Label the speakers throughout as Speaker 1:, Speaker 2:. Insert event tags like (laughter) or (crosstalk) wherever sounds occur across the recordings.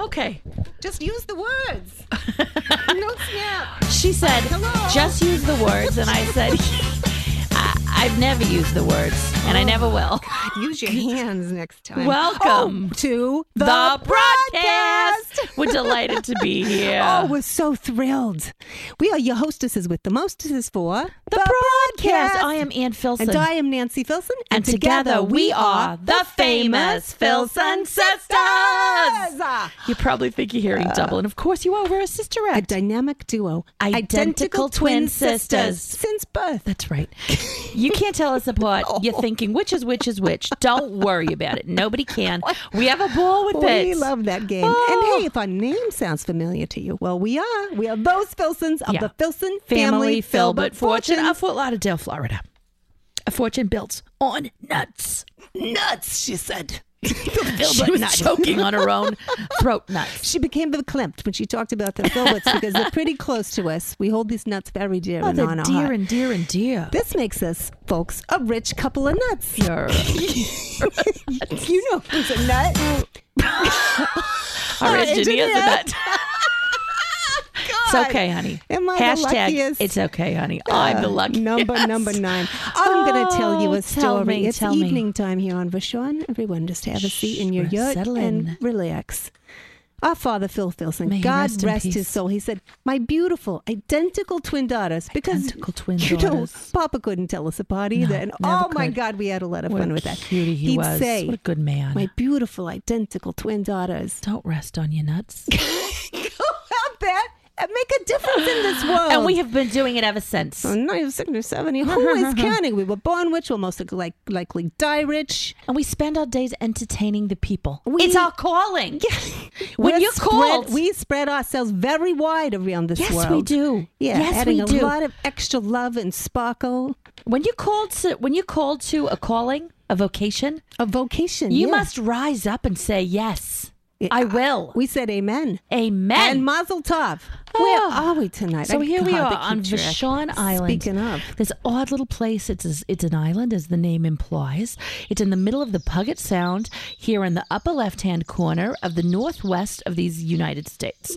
Speaker 1: Okay.
Speaker 2: Just use the (laughs) words. no snap.
Speaker 1: She said,
Speaker 2: Hello?
Speaker 1: just use the words. And I (laughs) said, I, I've never used the words, and I never will.
Speaker 2: Use your hands next time.
Speaker 1: Welcome
Speaker 2: Oh, to
Speaker 1: The,
Speaker 2: the,
Speaker 1: broadcast. We're delighted to (laughs) be here.
Speaker 2: Oh, we're so thrilled. We are your hostesses with the mostesses for the,
Speaker 1: broadcast. I am Ann Filson.
Speaker 2: And I am Nancy Filson.
Speaker 1: And together we are the famous Filson Sisters. Uh, You probably think you're hearing double, and of course you are. We're a
Speaker 2: A
Speaker 1: sisterette.
Speaker 2: dynamic duo.
Speaker 1: Identical twin sisters.
Speaker 2: Since birth.
Speaker 1: That's right. You can't tell us apart. (laughs) You're thinking which is which is which. Don't worry about it. Nobody (laughs) can. We have a ball with it.
Speaker 2: We love that game.
Speaker 1: Oh.
Speaker 2: And hey, if our name sounds familiar to you, well, we are. We are those Filsons of
Speaker 1: Yeah.
Speaker 2: the Filson
Speaker 1: family,
Speaker 2: family,
Speaker 1: filbert
Speaker 2: Filbert
Speaker 1: fortune of Fort Lauderdale, Florida. A fortune built on nuts.
Speaker 2: Nuts, she said. (laughs)
Speaker 1: She was
Speaker 2: nuts.
Speaker 1: choking on her
Speaker 2: (laughs)
Speaker 1: own throat nuts.
Speaker 2: She became verklempt when she talked about
Speaker 1: (laughs)
Speaker 2: the filberts because they're pretty close to us. We hold these nuts very dear
Speaker 1: Oh,
Speaker 2: and
Speaker 1: the
Speaker 2: on our
Speaker 1: dear
Speaker 2: heart.
Speaker 1: and dear and dear.
Speaker 2: This makes us, folks, a rich couple of nuts.
Speaker 1: You're-
Speaker 2: you know who's
Speaker 1: (laughs)
Speaker 2: a nut? (laughs)
Speaker 1: Our engineer's a
Speaker 2: engineer.
Speaker 1: nut. It's
Speaker 2: God.
Speaker 1: okay, honey.
Speaker 2: Am I the
Speaker 1: Hashtag
Speaker 2: luckiest? Uh,
Speaker 1: it's okay, honey. I'm the lucky (laughs)
Speaker 2: Number number nine. I'm going to tell you
Speaker 1: Oh,
Speaker 2: a story.
Speaker 1: tell me,
Speaker 2: it's
Speaker 1: tell me.
Speaker 2: evening time here on Vashon. Everyone, just have a seat in your
Speaker 1: Shh,
Speaker 2: yurt
Speaker 1: settle in.
Speaker 2: and relax. Our father Phil Filson,
Speaker 1: May he
Speaker 2: God
Speaker 1: rest
Speaker 2: rest,
Speaker 1: in peace.
Speaker 2: his soul. He said, "My beautiful, identical twin daughters." Because
Speaker 1: Identical twin
Speaker 2: (laughs) you
Speaker 1: daughters.
Speaker 2: know, Papa couldn't tell us apart either. and
Speaker 1: never
Speaker 2: oh my
Speaker 1: could.
Speaker 2: God, we had a lot of
Speaker 1: What
Speaker 2: fun
Speaker 1: a
Speaker 2: with that.
Speaker 1: cutie he
Speaker 2: He'd
Speaker 1: was.
Speaker 2: say,
Speaker 1: What a good man.
Speaker 2: "My beautiful, identical twin daughters." (laughs)
Speaker 1: Don't rest on your nuts.
Speaker 2: Go out there and make a difference in this world.
Speaker 1: and we have been doing it ever since.
Speaker 2: Oh, no, you're 60 or 70.
Speaker 1: (laughs)
Speaker 2: Who is counting? We were born rich. We'll most like, likely
Speaker 1: (laughs)
Speaker 2: die rich.
Speaker 1: And we spend our days entertaining the people.
Speaker 2: We-
Speaker 1: it's our calling. When
Speaker 2: We're
Speaker 1: you're
Speaker 2: spread-
Speaker 1: called.
Speaker 2: we spread ourselves very wide around this
Speaker 1: Yes, we
Speaker 2: world.
Speaker 1: do.
Speaker 2: Yeah,
Speaker 1: Yes,
Speaker 2: adding
Speaker 1: we
Speaker 2: a
Speaker 1: do.
Speaker 2: lot of extra love and sparkle.
Speaker 1: When you're called to when you're called to a calling, a vocation,
Speaker 2: A vocation.
Speaker 1: you
Speaker 2: yeah.
Speaker 1: must rise up and say, Yes,
Speaker 2: Yeah,
Speaker 1: I will.
Speaker 2: We said amen.
Speaker 1: Amen.
Speaker 2: And Mazel Tov.
Speaker 1: Oh.
Speaker 2: Where are we tonight?
Speaker 1: so
Speaker 2: I-
Speaker 1: here we
Speaker 2: God,
Speaker 1: are
Speaker 2: they keep
Speaker 1: on
Speaker 2: track.
Speaker 1: Vashon Island.
Speaker 2: Speaking of.
Speaker 1: this odd little place. It's a- it's an island, as the name implies. It's in the middle of the Puget Sound, here in the upper left hand corner of the northwest of these United States.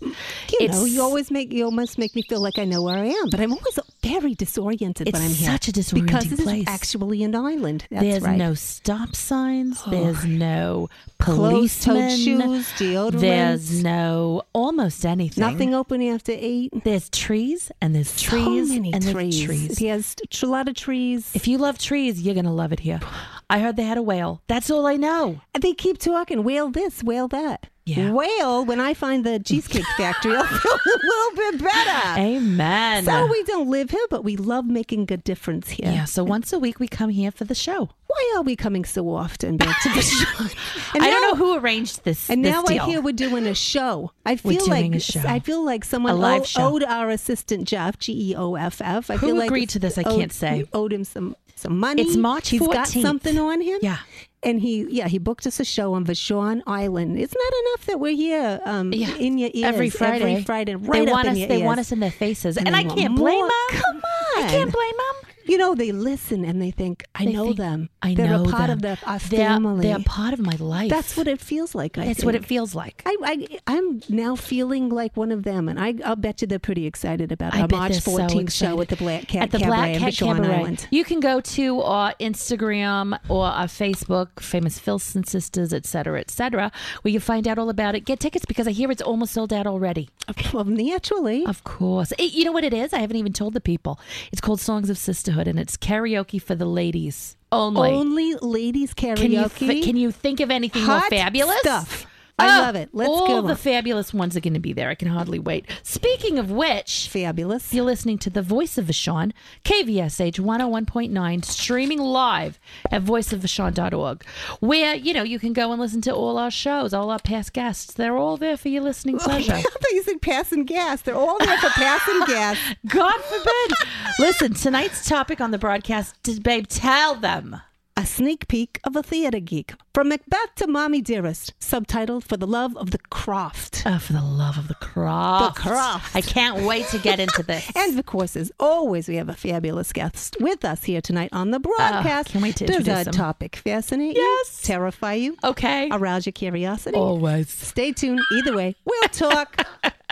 Speaker 2: You know, you always make you almost make me feel like I know where I am, but I'm always very disoriented
Speaker 1: It's
Speaker 2: when I'm here.
Speaker 1: such a
Speaker 2: because
Speaker 1: disorienting
Speaker 2: this
Speaker 1: place.
Speaker 2: is actually an island. That's
Speaker 1: There's
Speaker 2: right.
Speaker 1: no stop signs. There's no
Speaker 2: Closed-toed
Speaker 1: policemen.
Speaker 2: shoes, deodorant.
Speaker 1: There's no almost anything.
Speaker 2: Nothing open after eight.
Speaker 1: There's trees and there's trees
Speaker 2: so many
Speaker 1: and there's
Speaker 2: trees.
Speaker 1: trees.
Speaker 2: He has a lot of trees.
Speaker 1: If you love trees, you're gonna love it here. I heard they had a whale. That's all I know.
Speaker 2: they keep talking, whale this, whale that.
Speaker 1: Yeah.
Speaker 2: Whale, when I find the
Speaker 1: (laughs)
Speaker 2: Cheesecake Factory, I'll feel a little bit better.
Speaker 1: Amen.
Speaker 2: So we don't live here, but we love making a difference here.
Speaker 1: yeah. So once a week we come here for the (laughs) show.
Speaker 2: Why are we coming so often
Speaker 1: (laughs)
Speaker 2: back to the show?
Speaker 1: I don't
Speaker 2: now-
Speaker 1: know who arranged this.
Speaker 2: And
Speaker 1: this
Speaker 2: now
Speaker 1: deal.
Speaker 2: I hear we're doing a show. I
Speaker 1: We're
Speaker 2: feel
Speaker 1: doing
Speaker 2: like
Speaker 1: a show.
Speaker 2: I feel like
Speaker 1: A
Speaker 2: someone
Speaker 1: live
Speaker 2: owe-
Speaker 1: show.
Speaker 2: owed our assistant Jeff G E O F F. I
Speaker 1: Who
Speaker 2: feel like
Speaker 1: agreed to this? I
Speaker 2: owed-
Speaker 1: can't say.
Speaker 2: You owed him some some money.
Speaker 1: It's March
Speaker 2: He's got
Speaker 1: 14th.
Speaker 2: something on him.
Speaker 1: Yeah.
Speaker 2: And he, yeah, he booked us a show on Vashon Island. It's not enough that we're here um,
Speaker 1: Yeah.
Speaker 2: in your ears
Speaker 1: every Friday.
Speaker 2: Every Friday,
Speaker 1: they
Speaker 2: right up
Speaker 1: want
Speaker 2: in
Speaker 1: us.
Speaker 2: your
Speaker 1: They want
Speaker 2: ears.
Speaker 1: us in their faces, and,
Speaker 2: they
Speaker 1: I
Speaker 2: want
Speaker 1: can't blame
Speaker 2: more.
Speaker 1: them.
Speaker 2: Come
Speaker 1: I can't
Speaker 2: on.
Speaker 1: blame them.
Speaker 2: You know, they listen and they think, I
Speaker 1: They
Speaker 2: know
Speaker 1: think,
Speaker 2: them.
Speaker 1: I
Speaker 2: they're
Speaker 1: know
Speaker 2: a part
Speaker 1: them.
Speaker 2: of the, our
Speaker 1: They're-
Speaker 2: family.
Speaker 1: They're, part of my life.
Speaker 2: That's what it feels like. I
Speaker 1: That's what
Speaker 2: think.
Speaker 1: it feels like.
Speaker 2: I, I I'm now feeling like one of them, and I I'll bet you they're pretty excited about
Speaker 1: I
Speaker 2: our
Speaker 1: bet
Speaker 2: March
Speaker 1: they're so
Speaker 2: 14th
Speaker 1: excited.
Speaker 2: show at the Black Cat
Speaker 1: at the
Speaker 2: Cabaret
Speaker 1: Black
Speaker 2: in
Speaker 1: Cat
Speaker 2: Vashon
Speaker 1: Cabaret.
Speaker 2: Island.
Speaker 1: You can go to our Instagram or our Facebook, Famous Filson Sisters, et cetera, et cetera, where you find out all about it. Get tickets because I hear it's almost sold out already.
Speaker 2: Well, naturally,
Speaker 1: Of course. It- you know what it is? I haven't even told the people. It's called Songs of Sisterhood and it's karaoke for the ladies only.
Speaker 2: only ladies karaoke.
Speaker 1: can, you fi- can you think of anything
Speaker 2: Hot
Speaker 1: more fabulous?
Speaker 2: stuff. I love it. Let's
Speaker 1: all
Speaker 2: go
Speaker 1: the
Speaker 2: on.
Speaker 1: fabulous ones are going to be there. I can hardly wait. Speaking of which,
Speaker 2: Fabulous.
Speaker 1: you're listening to The Voice of Vashon, KVSH 101.9, streaming live at voiceofvashon.org, where, you know, you can go and listen to all our shows, all our past guests. They're all there for your listening pleasure.
Speaker 2: (laughs) I thought you said pass and gas. They're all there for pass
Speaker 1: (laughs)
Speaker 2: and gas.
Speaker 1: God forbid. listen, tonight's topic on the broadcast, did, babe, tell them.
Speaker 2: A sneak peek of a theater geek. From Macbeth to Mommy Dearest, subtitled For the Love of the Croft.
Speaker 1: Oh, for the love of the craft.
Speaker 2: The craft.
Speaker 1: I can't wait to get into this.
Speaker 2: And of course, as always, we have a fabulous guest with us here tonight on the broadcast.
Speaker 1: Ah, can't wait to
Speaker 2: Does
Speaker 1: introduce
Speaker 2: our
Speaker 1: him.
Speaker 2: topic fascinate you?
Speaker 1: Yes. Oh.
Speaker 2: Terrify you?
Speaker 1: okay.
Speaker 2: Arouse your curiosity?
Speaker 1: Always.
Speaker 2: Stay tuned. Either way,
Speaker 1: (laughs)
Speaker 2: we'll talk.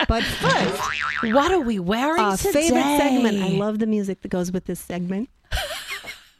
Speaker 2: but first,
Speaker 1: What are we wearing
Speaker 2: our
Speaker 1: today?
Speaker 2: favorite segment. I love the music that goes with this segment.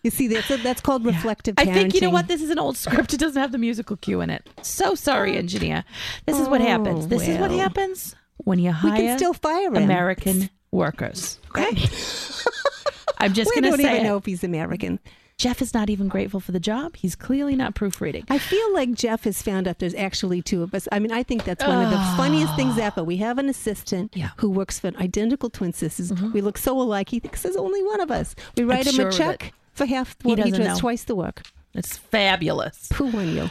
Speaker 2: you see, that's, that's called reflective
Speaker 1: I
Speaker 2: parenting.
Speaker 1: think you know what. This is an old script. It doesn't have the musical cue in it. So sorry, engineer. This is what happens. This is what
Speaker 2: Oh. well.
Speaker 1: happens when you
Speaker 2: we
Speaker 1: hire
Speaker 2: can still fire him.
Speaker 1: American workers. Okay. (laughs) I'm just
Speaker 2: We
Speaker 1: going to
Speaker 2: don't
Speaker 1: say
Speaker 2: even
Speaker 1: it.
Speaker 2: know if he's American.
Speaker 1: Jeff is not even grateful for the job. He's clearly not proofreading.
Speaker 2: I feel like Jeff has found out there's actually two of us. I mean, I think that's one of the funniest things ever. We have an assistant
Speaker 1: Ah. Yeah. Mm-hmm.
Speaker 2: who works for identical twin sisters. We look so alike. He thinks there's only one of us. We write him
Speaker 1: sure
Speaker 2: a
Speaker 1: of
Speaker 2: check
Speaker 1: it.
Speaker 2: for half the work. He,
Speaker 1: doesn't
Speaker 2: does
Speaker 1: know.
Speaker 2: twice the work.
Speaker 1: It's fabulous.
Speaker 2: Poo on you.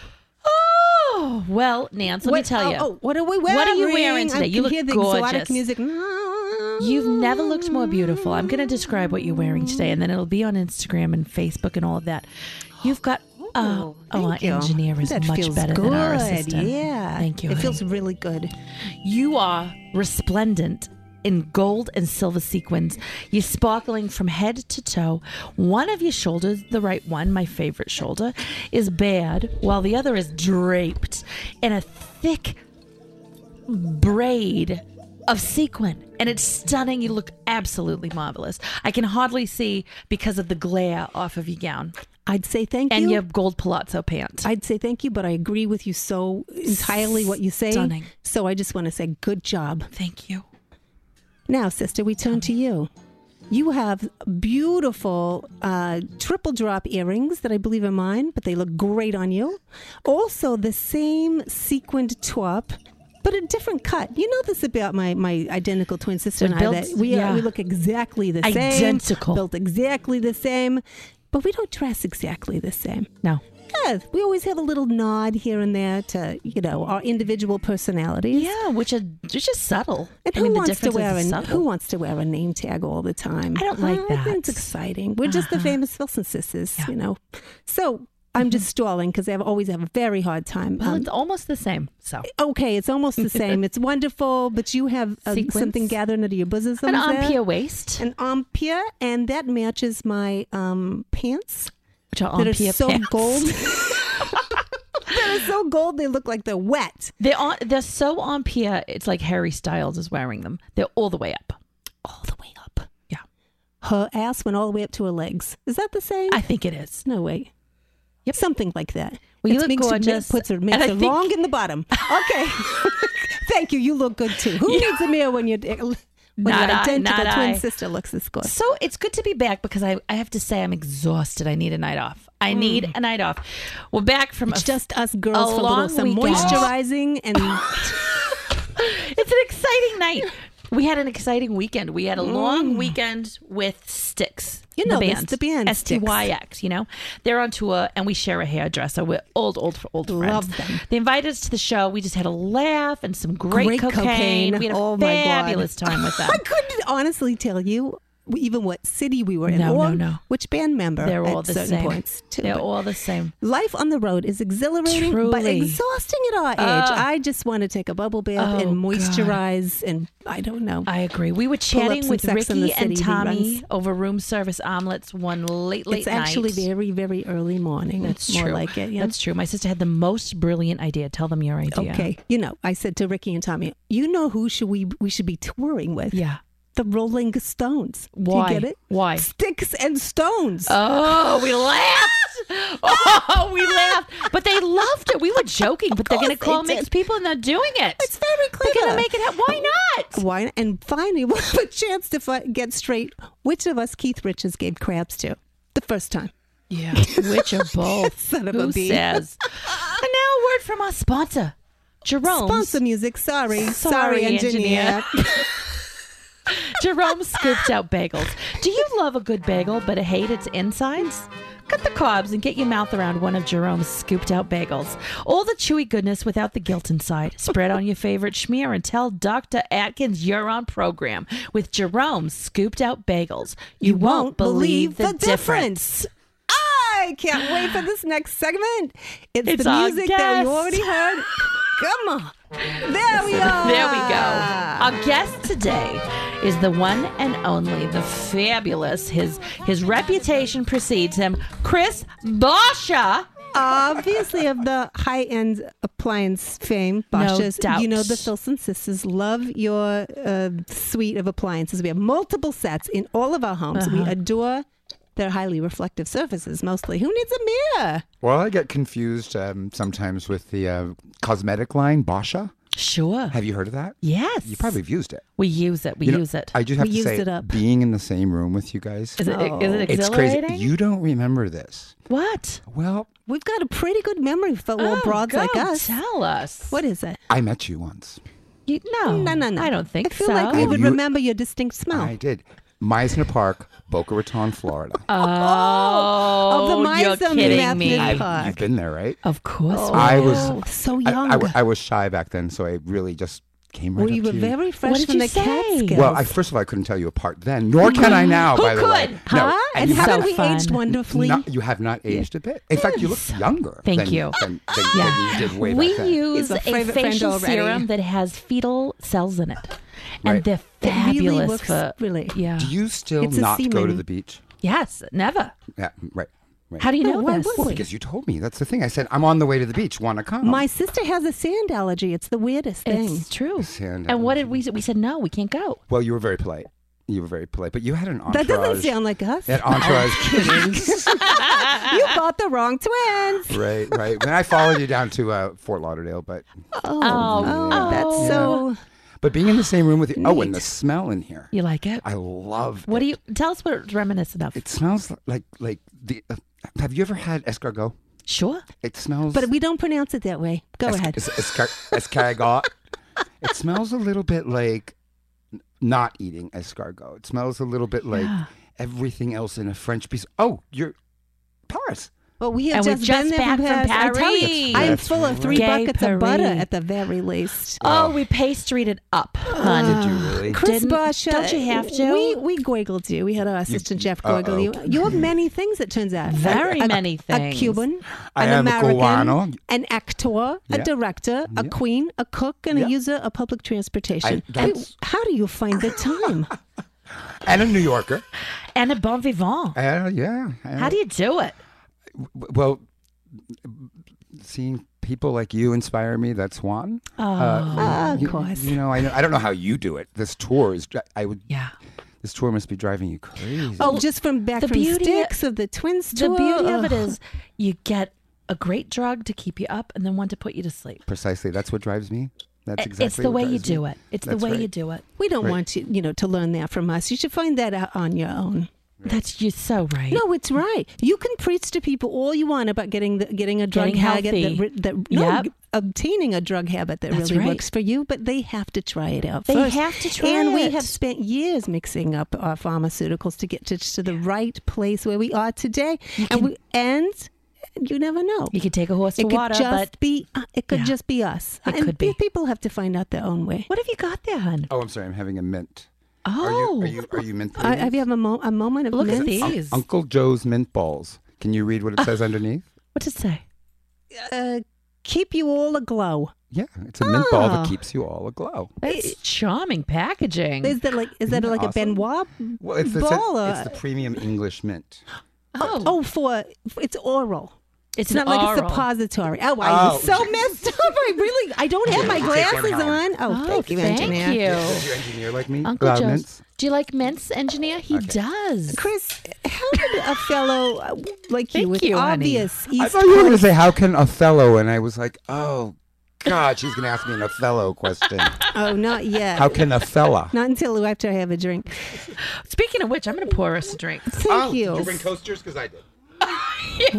Speaker 1: Oh well, Nance, let me
Speaker 2: What-
Speaker 1: tell
Speaker 2: oh,
Speaker 1: you.
Speaker 2: Oh, what are we wearing?
Speaker 1: What are you wearing today?
Speaker 2: I
Speaker 1: You
Speaker 2: can
Speaker 1: look
Speaker 2: hear the exotic
Speaker 1: gorgeous.
Speaker 2: music.
Speaker 1: You've never looked more beautiful. I'm going to describe what you're wearing today, and then it'll be on Instagram and Facebook and all of that. You've got. Uh,
Speaker 2: Oh,
Speaker 1: oh, our
Speaker 2: thank you.
Speaker 1: engineer is
Speaker 2: that
Speaker 1: much
Speaker 2: feels
Speaker 1: better
Speaker 2: good.
Speaker 1: than our assistant.
Speaker 2: Yeah.
Speaker 1: Thank you.
Speaker 2: It
Speaker 1: honey.
Speaker 2: feels really good.
Speaker 1: you are resplendent in gold and silver sequins. You're sparkling from head to toe. One of your shoulders, the right one, my favorite shoulder, is bared, while the other is draped in a thick braid of sequin and it's stunning you look absolutely marvelous i can hardly see because of the glare off of your gown
Speaker 2: I'd say thank
Speaker 1: and
Speaker 2: you.
Speaker 1: your gold palazzo pants
Speaker 2: I'd say thank you, but I agree with you so entirely what you say.
Speaker 1: Stunning.
Speaker 2: So I just want to say good job.
Speaker 1: thank you
Speaker 2: Now, sister, we turn to you. You have beautiful uh, triple drop earrings that I believe are mine, but they look great on you. Also, the same sequined top, but a different cut. You know this about my, my identical twin sister and I
Speaker 1: built-
Speaker 2: that we, are-
Speaker 1: yeah.
Speaker 2: we look exactly the same,
Speaker 1: Identical.
Speaker 2: built exactly the same, but we don't dress exactly the same.
Speaker 1: no
Speaker 2: Yeah, we always have a little nod here and there to you know our individual personalities.
Speaker 1: yeah which is which is subtle
Speaker 2: And
Speaker 1: i
Speaker 2: who
Speaker 1: mean the
Speaker 2: wants to
Speaker 1: difference
Speaker 2: wear
Speaker 1: is
Speaker 2: a
Speaker 1: subtle.
Speaker 2: who wants to wear a name tag all the time?
Speaker 1: I don't like
Speaker 2: Uh,
Speaker 1: that.
Speaker 2: It's exciting. We're
Speaker 1: Uh-huh.
Speaker 2: just the famous Wilson sisters, you know. So I'm just stalling because I always have a very hard time.
Speaker 1: Mm-hmm. Well,
Speaker 2: Um,
Speaker 1: it's almost the same. So
Speaker 2: okay, it's almost
Speaker 1: (laughs)
Speaker 2: the same. it's wonderful, but you have uh,
Speaker 1: Sequins?
Speaker 2: something gathered under your bosom.
Speaker 1: an
Speaker 2: there.
Speaker 1: ampere waist,
Speaker 2: An ampere, and that matches my um, pants
Speaker 1: which are
Speaker 2: that
Speaker 1: ampere
Speaker 2: are so
Speaker 1: pants. (laughs)
Speaker 2: gold. (laughs) that are so gold, they look like they're wet.
Speaker 1: They're on, they're so ampere. It's like Harry Styles is wearing them. They're all the way up.
Speaker 2: All the way up.
Speaker 1: Yeah,
Speaker 2: Her ass went all the way up to her legs. Is that the same?
Speaker 1: I think it is.
Speaker 2: No way. Yep. Something like that.
Speaker 1: Well, you
Speaker 2: It's
Speaker 1: look
Speaker 2: makes her-
Speaker 1: gorgeous,
Speaker 2: puts her,
Speaker 1: and
Speaker 2: makes
Speaker 1: I
Speaker 2: her
Speaker 1: think-
Speaker 2: long in the bottom.
Speaker 1: (laughs)
Speaker 2: Okay. Thank you. You look good too. Who needs a mirror when, you're, when
Speaker 1: Not
Speaker 2: your
Speaker 1: I,
Speaker 2: identical
Speaker 1: not
Speaker 2: twin
Speaker 1: I.
Speaker 2: sister looks this good?
Speaker 1: So it's good to be back because I, I have to say I'm exhausted. I need a night off. I
Speaker 2: Hmm.
Speaker 1: need a night off. We're back from
Speaker 2: It's
Speaker 1: a
Speaker 2: just us girls for a little
Speaker 1: long
Speaker 2: some
Speaker 1: weekend.
Speaker 2: moisturizing (laughs) and
Speaker 1: it's an exciting night. We had an exciting weekend. We had a long weekend with Styx.
Speaker 2: Mm. You know
Speaker 1: the
Speaker 2: this,
Speaker 1: band,
Speaker 2: the band
Speaker 1: S
Speaker 2: Styx.
Speaker 1: T Y X. You know they're on tour, and we share a hairdresser. We're old, old, old friends.
Speaker 2: Love them.
Speaker 1: They invited us to the show. We just had a laugh and some great,
Speaker 2: Great cocaine.
Speaker 1: We had a
Speaker 2: Oh my God.
Speaker 1: fabulous time
Speaker 2: (laughs)
Speaker 1: with them.
Speaker 2: I couldn't honestly tell you even what city we were in
Speaker 1: No,
Speaker 2: or
Speaker 1: no, no.
Speaker 2: which band member
Speaker 1: They're all
Speaker 2: at
Speaker 1: the
Speaker 2: certain
Speaker 1: same.
Speaker 2: points too.
Speaker 1: They're
Speaker 2: But
Speaker 1: all the same.
Speaker 2: Life on the road is exhilarating but
Speaker 1: Truly.
Speaker 2: exhausting at our age. I just want to take a bubble bath
Speaker 1: Oh,
Speaker 2: and moisturize and I don't know.
Speaker 1: I agree. We were
Speaker 2: Pull-ups
Speaker 1: chatting
Speaker 2: and
Speaker 1: with
Speaker 2: Sex and
Speaker 1: Ricky
Speaker 2: the
Speaker 1: and
Speaker 2: City
Speaker 1: Tommy
Speaker 2: reruns.
Speaker 1: over room service omelets one late, late
Speaker 2: it's
Speaker 1: night.
Speaker 2: actually very, very early morning.
Speaker 1: That's
Speaker 2: More
Speaker 1: true.
Speaker 2: like it. Yeah.
Speaker 1: That's true. My sister had the most brilliant idea. Tell them your idea.
Speaker 2: okay. You know, I said to Ricky and Tommy, you know who should we we should be touring with?
Speaker 1: Yeah.
Speaker 2: The Rolling Stones.
Speaker 1: Why?
Speaker 2: Do you get it?
Speaker 1: Why?
Speaker 2: Sticks and Stones.
Speaker 1: Oh, we
Speaker 2: (laughs)
Speaker 1: laughed. Oh, we laughed. But they loved it. We were joking, but they're going to
Speaker 2: course
Speaker 1: call
Speaker 2: they
Speaker 1: mixed
Speaker 2: did.
Speaker 1: people and they're doing it.
Speaker 2: it's Oh. very clever.
Speaker 1: they're going to make it happen. Why not?
Speaker 2: Why? And finally, (laughs) we'll have a chance to fi- get straight which of us Keith Richards gave crabs to the first time.
Speaker 1: Yeah. (laughs) Which
Speaker 2: (laughs)
Speaker 1: are both.
Speaker 2: Son of a
Speaker 1: Who
Speaker 2: bee. (laughs)
Speaker 1: says? and now a word from our sponsor, Jerome.
Speaker 2: Sponsor music. Sorry. Sorry,
Speaker 1: Oh, Sorry,
Speaker 2: engineer.
Speaker 1: (laughs) Jerome scooped out bagels. Do you love a good bagel but hate its insides? Cut the cobs and get your mouth around one of Jerome's scooped out bagels. All the chewy goodness without the guilt inside. Spread on your favorite schmear and tell Dr. Atkins you're on program with Jerome's scooped out bagels. You,
Speaker 2: Won't believe the
Speaker 1: difference.
Speaker 2: difference. I I can't wait for this next segment. It's,
Speaker 1: It's
Speaker 2: the
Speaker 1: our
Speaker 2: music that
Speaker 1: guest.
Speaker 2: you
Speaker 1: (laughs)
Speaker 2: already heard. Come on. There we are.
Speaker 1: There we go.
Speaker 2: Ah.
Speaker 1: Our guest today is the one and only, the fabulous. His his reputation precedes him, Chris Basha.
Speaker 2: Obviously, of the high end appliance fame, Bosch's.
Speaker 1: doubt.
Speaker 2: You know, the Filson sisters love your uh, suite of appliances. We have multiple sets in all of our homes.
Speaker 1: Uh-huh.
Speaker 2: We adore their highly reflective surfaces mostly. Who needs a mirror?
Speaker 3: Well, I get confused um, sometimes with the uh, cosmetic line Basha.
Speaker 1: Sure.
Speaker 3: Have you heard of that?
Speaker 1: Yes.
Speaker 3: You probably have used it.
Speaker 1: we use it. We
Speaker 3: You know,
Speaker 1: use it.
Speaker 3: I just have
Speaker 2: We
Speaker 3: to
Speaker 2: used
Speaker 3: say,
Speaker 2: it up.
Speaker 3: being in the same room with you guys,
Speaker 1: Is it, e- is
Speaker 2: Oh.
Speaker 1: it
Speaker 3: it's crazy.
Speaker 1: exhilarating?
Speaker 3: You don't remember this.
Speaker 1: what?
Speaker 3: Well,
Speaker 2: We've got a pretty good memory for little
Speaker 1: Oh,
Speaker 2: broads
Speaker 1: go
Speaker 2: like us.
Speaker 1: Tell us.
Speaker 2: What is it?
Speaker 3: I met you once.
Speaker 1: You, no.
Speaker 2: No, no, no.
Speaker 1: I don't think
Speaker 2: I feel
Speaker 1: so.
Speaker 2: like we
Speaker 3: Oh, Have
Speaker 2: would
Speaker 3: you-
Speaker 2: remember your distinct smell.
Speaker 3: I did. Meisner Park, Boca Raton, Florida.
Speaker 1: oh,
Speaker 2: of the
Speaker 1: you're
Speaker 2: Mizum
Speaker 1: kidding
Speaker 2: method.
Speaker 1: me.
Speaker 2: I-
Speaker 3: I, you've been there, right?
Speaker 1: of course. we
Speaker 3: I was-
Speaker 1: do.
Speaker 2: Oh, so
Speaker 3: I-
Speaker 2: young.
Speaker 3: I, w- I was shy back then, so I really just came right
Speaker 2: well, you
Speaker 3: up
Speaker 2: were
Speaker 3: to you.
Speaker 2: very fresh
Speaker 1: did
Speaker 2: from
Speaker 1: you
Speaker 2: the
Speaker 1: say?
Speaker 2: Catskills.
Speaker 3: Well, I, first of all, I couldn't tell you apart then, nor can I now.
Speaker 1: Who
Speaker 3: by the way,
Speaker 1: could?
Speaker 3: No,
Speaker 2: huh? And
Speaker 3: you
Speaker 2: haven't
Speaker 1: So
Speaker 2: we
Speaker 1: fun.
Speaker 2: aged wonderfully?
Speaker 3: Not, you have not aged a bit. In fact, you look younger.
Speaker 1: Thank
Speaker 3: than,
Speaker 1: you.
Speaker 3: Than, than,
Speaker 1: Yeah.
Speaker 3: than you did way back
Speaker 1: we
Speaker 3: then.
Speaker 1: use
Speaker 2: He's a
Speaker 1: a
Speaker 2: favorite friend
Speaker 1: facial
Speaker 2: already.
Speaker 1: serum that has fetal cells in it, and
Speaker 3: Right.
Speaker 1: they're
Speaker 2: It
Speaker 1: fabulous.
Speaker 2: really works,
Speaker 1: for,
Speaker 2: really.
Speaker 1: yeah.
Speaker 3: Do you still
Speaker 2: It's a
Speaker 3: not go to
Speaker 2: semen.
Speaker 3: the beach?
Speaker 1: yes, never.
Speaker 3: Yeah, right. right.
Speaker 1: How do you
Speaker 2: No,
Speaker 1: know
Speaker 2: why
Speaker 1: this?
Speaker 2: would we?
Speaker 3: Because you told me. That's the thing. I said I'm on the way to the beach. Want to come?
Speaker 2: My sister has a sand allergy. It's the weirdest thing.
Speaker 1: It's true.
Speaker 3: Sand
Speaker 1: and what did we? We said no, we can't go.
Speaker 3: well, you were very polite. You were very polite, but you had an
Speaker 2: that
Speaker 3: entourage.
Speaker 2: doesn't sound like us.
Speaker 3: That entourage.
Speaker 2: you bought the wrong twins.
Speaker 3: right, right. When I followed you down to uh, Fort Lauderdale, but
Speaker 2: Oh,
Speaker 1: (laughs) Oh,
Speaker 2: oh, that's
Speaker 1: yeah.
Speaker 2: so.
Speaker 3: but being in the same room with you. Oh, and
Speaker 2: Neat.
Speaker 3: the smell in here.
Speaker 1: You like it?
Speaker 3: I love.
Speaker 1: what do
Speaker 3: it.
Speaker 1: you tell us? What it's reminiscent of?
Speaker 3: It smells like like the. Uh, have you ever had escargot?
Speaker 1: sure.
Speaker 3: It smells.
Speaker 2: But we don't pronounce it that way. Go
Speaker 3: es-
Speaker 2: ahead.
Speaker 3: es- escar-
Speaker 1: (laughs)
Speaker 3: escargot. it smells a little bit like n- not eating escargot. It smells a little bit like
Speaker 1: Yeah.
Speaker 3: everything else in a French piece. Oh, you're Paris.
Speaker 2: But we have
Speaker 1: And we're
Speaker 2: just,
Speaker 1: just
Speaker 2: been there
Speaker 1: back from
Speaker 2: I tell you,
Speaker 1: Paris.
Speaker 2: I'm
Speaker 3: That's
Speaker 2: full of three
Speaker 1: right. Gay
Speaker 2: buckets of butter
Speaker 1: Paris.
Speaker 2: at the very least.
Speaker 1: Oh, we pastried it up, hun.
Speaker 3: Did you really?
Speaker 2: Chris
Speaker 1: Didn't-
Speaker 2: Bosch, uh,
Speaker 1: don't you have to?
Speaker 2: We we goigled you. We had our assistant Jeff goigle you.
Speaker 3: Mm, uh-oh.
Speaker 2: You're many things. It turns out
Speaker 1: Very
Speaker 2: A- a-
Speaker 1: many things.
Speaker 2: A Cuban,
Speaker 3: I
Speaker 2: an
Speaker 3: am a
Speaker 2: American,
Speaker 3: Cubano.
Speaker 2: an actor, a
Speaker 3: Yeah.
Speaker 2: director, a queen, a cook, and
Speaker 3: Yeah.
Speaker 2: a user of public transportation.
Speaker 3: I- that's-
Speaker 2: how do you find the time?
Speaker 3: And a New Yorker.
Speaker 1: and a bon vivant.
Speaker 3: Uh, yeah.
Speaker 1: How do you do it?
Speaker 3: W- well, seeing people like you inspire me. That's one. Uh,
Speaker 1: Oh,
Speaker 2: Of
Speaker 3: you,
Speaker 2: course.
Speaker 3: You know, I know, I don't know how you do it. This tour is. dri- I would.
Speaker 1: yeah.
Speaker 3: This tour must be driving you crazy.
Speaker 2: oh, just from back
Speaker 1: the
Speaker 2: from
Speaker 1: beauty-
Speaker 2: sticks of the twins
Speaker 1: The
Speaker 2: tour. Oh.
Speaker 1: beauty of it
Speaker 2: Ugh.
Speaker 1: is, you get a great drug to keep you up, and then one to put you to sleep.
Speaker 3: Precisely. That's what drives me. That's exactly.
Speaker 1: it's the
Speaker 3: what
Speaker 1: way you
Speaker 3: drives me.
Speaker 1: do it. It's
Speaker 3: That's
Speaker 1: the way you
Speaker 3: right.
Speaker 1: do it.
Speaker 2: we don't want you, you know, to learn that from us. You should find that out on your own.
Speaker 1: That's you're so right.
Speaker 2: No, it's right. You can preach to people all you want about getting the, getting a drug
Speaker 1: Getting
Speaker 2: habit
Speaker 1: healthy.
Speaker 2: that, re- that no,
Speaker 1: Yep.
Speaker 2: g- obtaining a drug habit that
Speaker 1: That's
Speaker 2: really
Speaker 1: right.
Speaker 2: works for you, but they have to try it out.
Speaker 1: They
Speaker 2: first.
Speaker 1: have to try
Speaker 2: and
Speaker 1: it.
Speaker 2: we have spent years mixing up our pharmaceuticals to get to, to the right place where we are today, and we and you never know.
Speaker 1: you could take a horse to
Speaker 2: it could
Speaker 1: water,
Speaker 2: just
Speaker 1: but
Speaker 2: be uh, it could
Speaker 1: Yeah.
Speaker 2: just be us.
Speaker 1: It
Speaker 2: and
Speaker 1: could be.
Speaker 2: people have to find out their own way.
Speaker 1: what have you got there, hun?
Speaker 3: Oh, I'm sorry. I'm having a mint.
Speaker 1: Oh,
Speaker 3: Are you are you,
Speaker 2: (gasps)
Speaker 3: are you mint?
Speaker 2: I, have you have a, mo- a moment of
Speaker 1: Look at
Speaker 2: mince?
Speaker 1: these.
Speaker 3: please? Un- Uncle Joe's mint balls. Can you read what it
Speaker 2: Ah.
Speaker 3: says underneath?
Speaker 1: What's it say?
Speaker 2: Uh, keep you all aglow.
Speaker 3: Yeah, it's a mint ball
Speaker 2: Oh.
Speaker 3: that keeps you all aglow.
Speaker 1: That's charming packaging.
Speaker 2: Is that like is that
Speaker 3: Isn't
Speaker 2: like
Speaker 3: that
Speaker 2: a
Speaker 3: awesome?
Speaker 2: Benoit
Speaker 3: Well, it's, it's,
Speaker 2: ball?
Speaker 3: a,
Speaker 2: or-
Speaker 3: it's the premium English mint.
Speaker 1: oh,
Speaker 2: oh, for it's oral. It's,
Speaker 1: an
Speaker 2: not like
Speaker 1: oral.
Speaker 2: a suppository. Oh, I was
Speaker 3: Oh.
Speaker 2: so messed up. I really I don't have my
Speaker 3: Take them
Speaker 2: glasses
Speaker 3: home.
Speaker 2: on. Oh,
Speaker 1: Oh,
Speaker 2: thank you,
Speaker 1: thank
Speaker 2: engineer.
Speaker 1: you.
Speaker 3: Does your engineer like me?
Speaker 1: Uncle
Speaker 3: Allow
Speaker 1: Joe's.
Speaker 3: mints?
Speaker 1: Do you like mints, engineer? He does.
Speaker 2: Chris, how did a fellow uh, like
Speaker 1: Thank
Speaker 2: you with
Speaker 1: you, honey.
Speaker 2: obvious
Speaker 3: I
Speaker 2: East
Speaker 3: thought you were going to
Speaker 2: Coast-
Speaker 3: say, "How can Othello?" And I was like, "Oh God, she's going to ask me an
Speaker 2: (laughs)
Speaker 3: Othello question.
Speaker 2: Oh, not yet.
Speaker 3: How can Othello?"
Speaker 2: not until after I have a drink.
Speaker 1: Speaking of which, I'm going to pour us a drink.
Speaker 2: Thank
Speaker 3: Oh, did
Speaker 2: you.
Speaker 3: bring coasters? Because I did.
Speaker 2: like
Speaker 1: (laughs)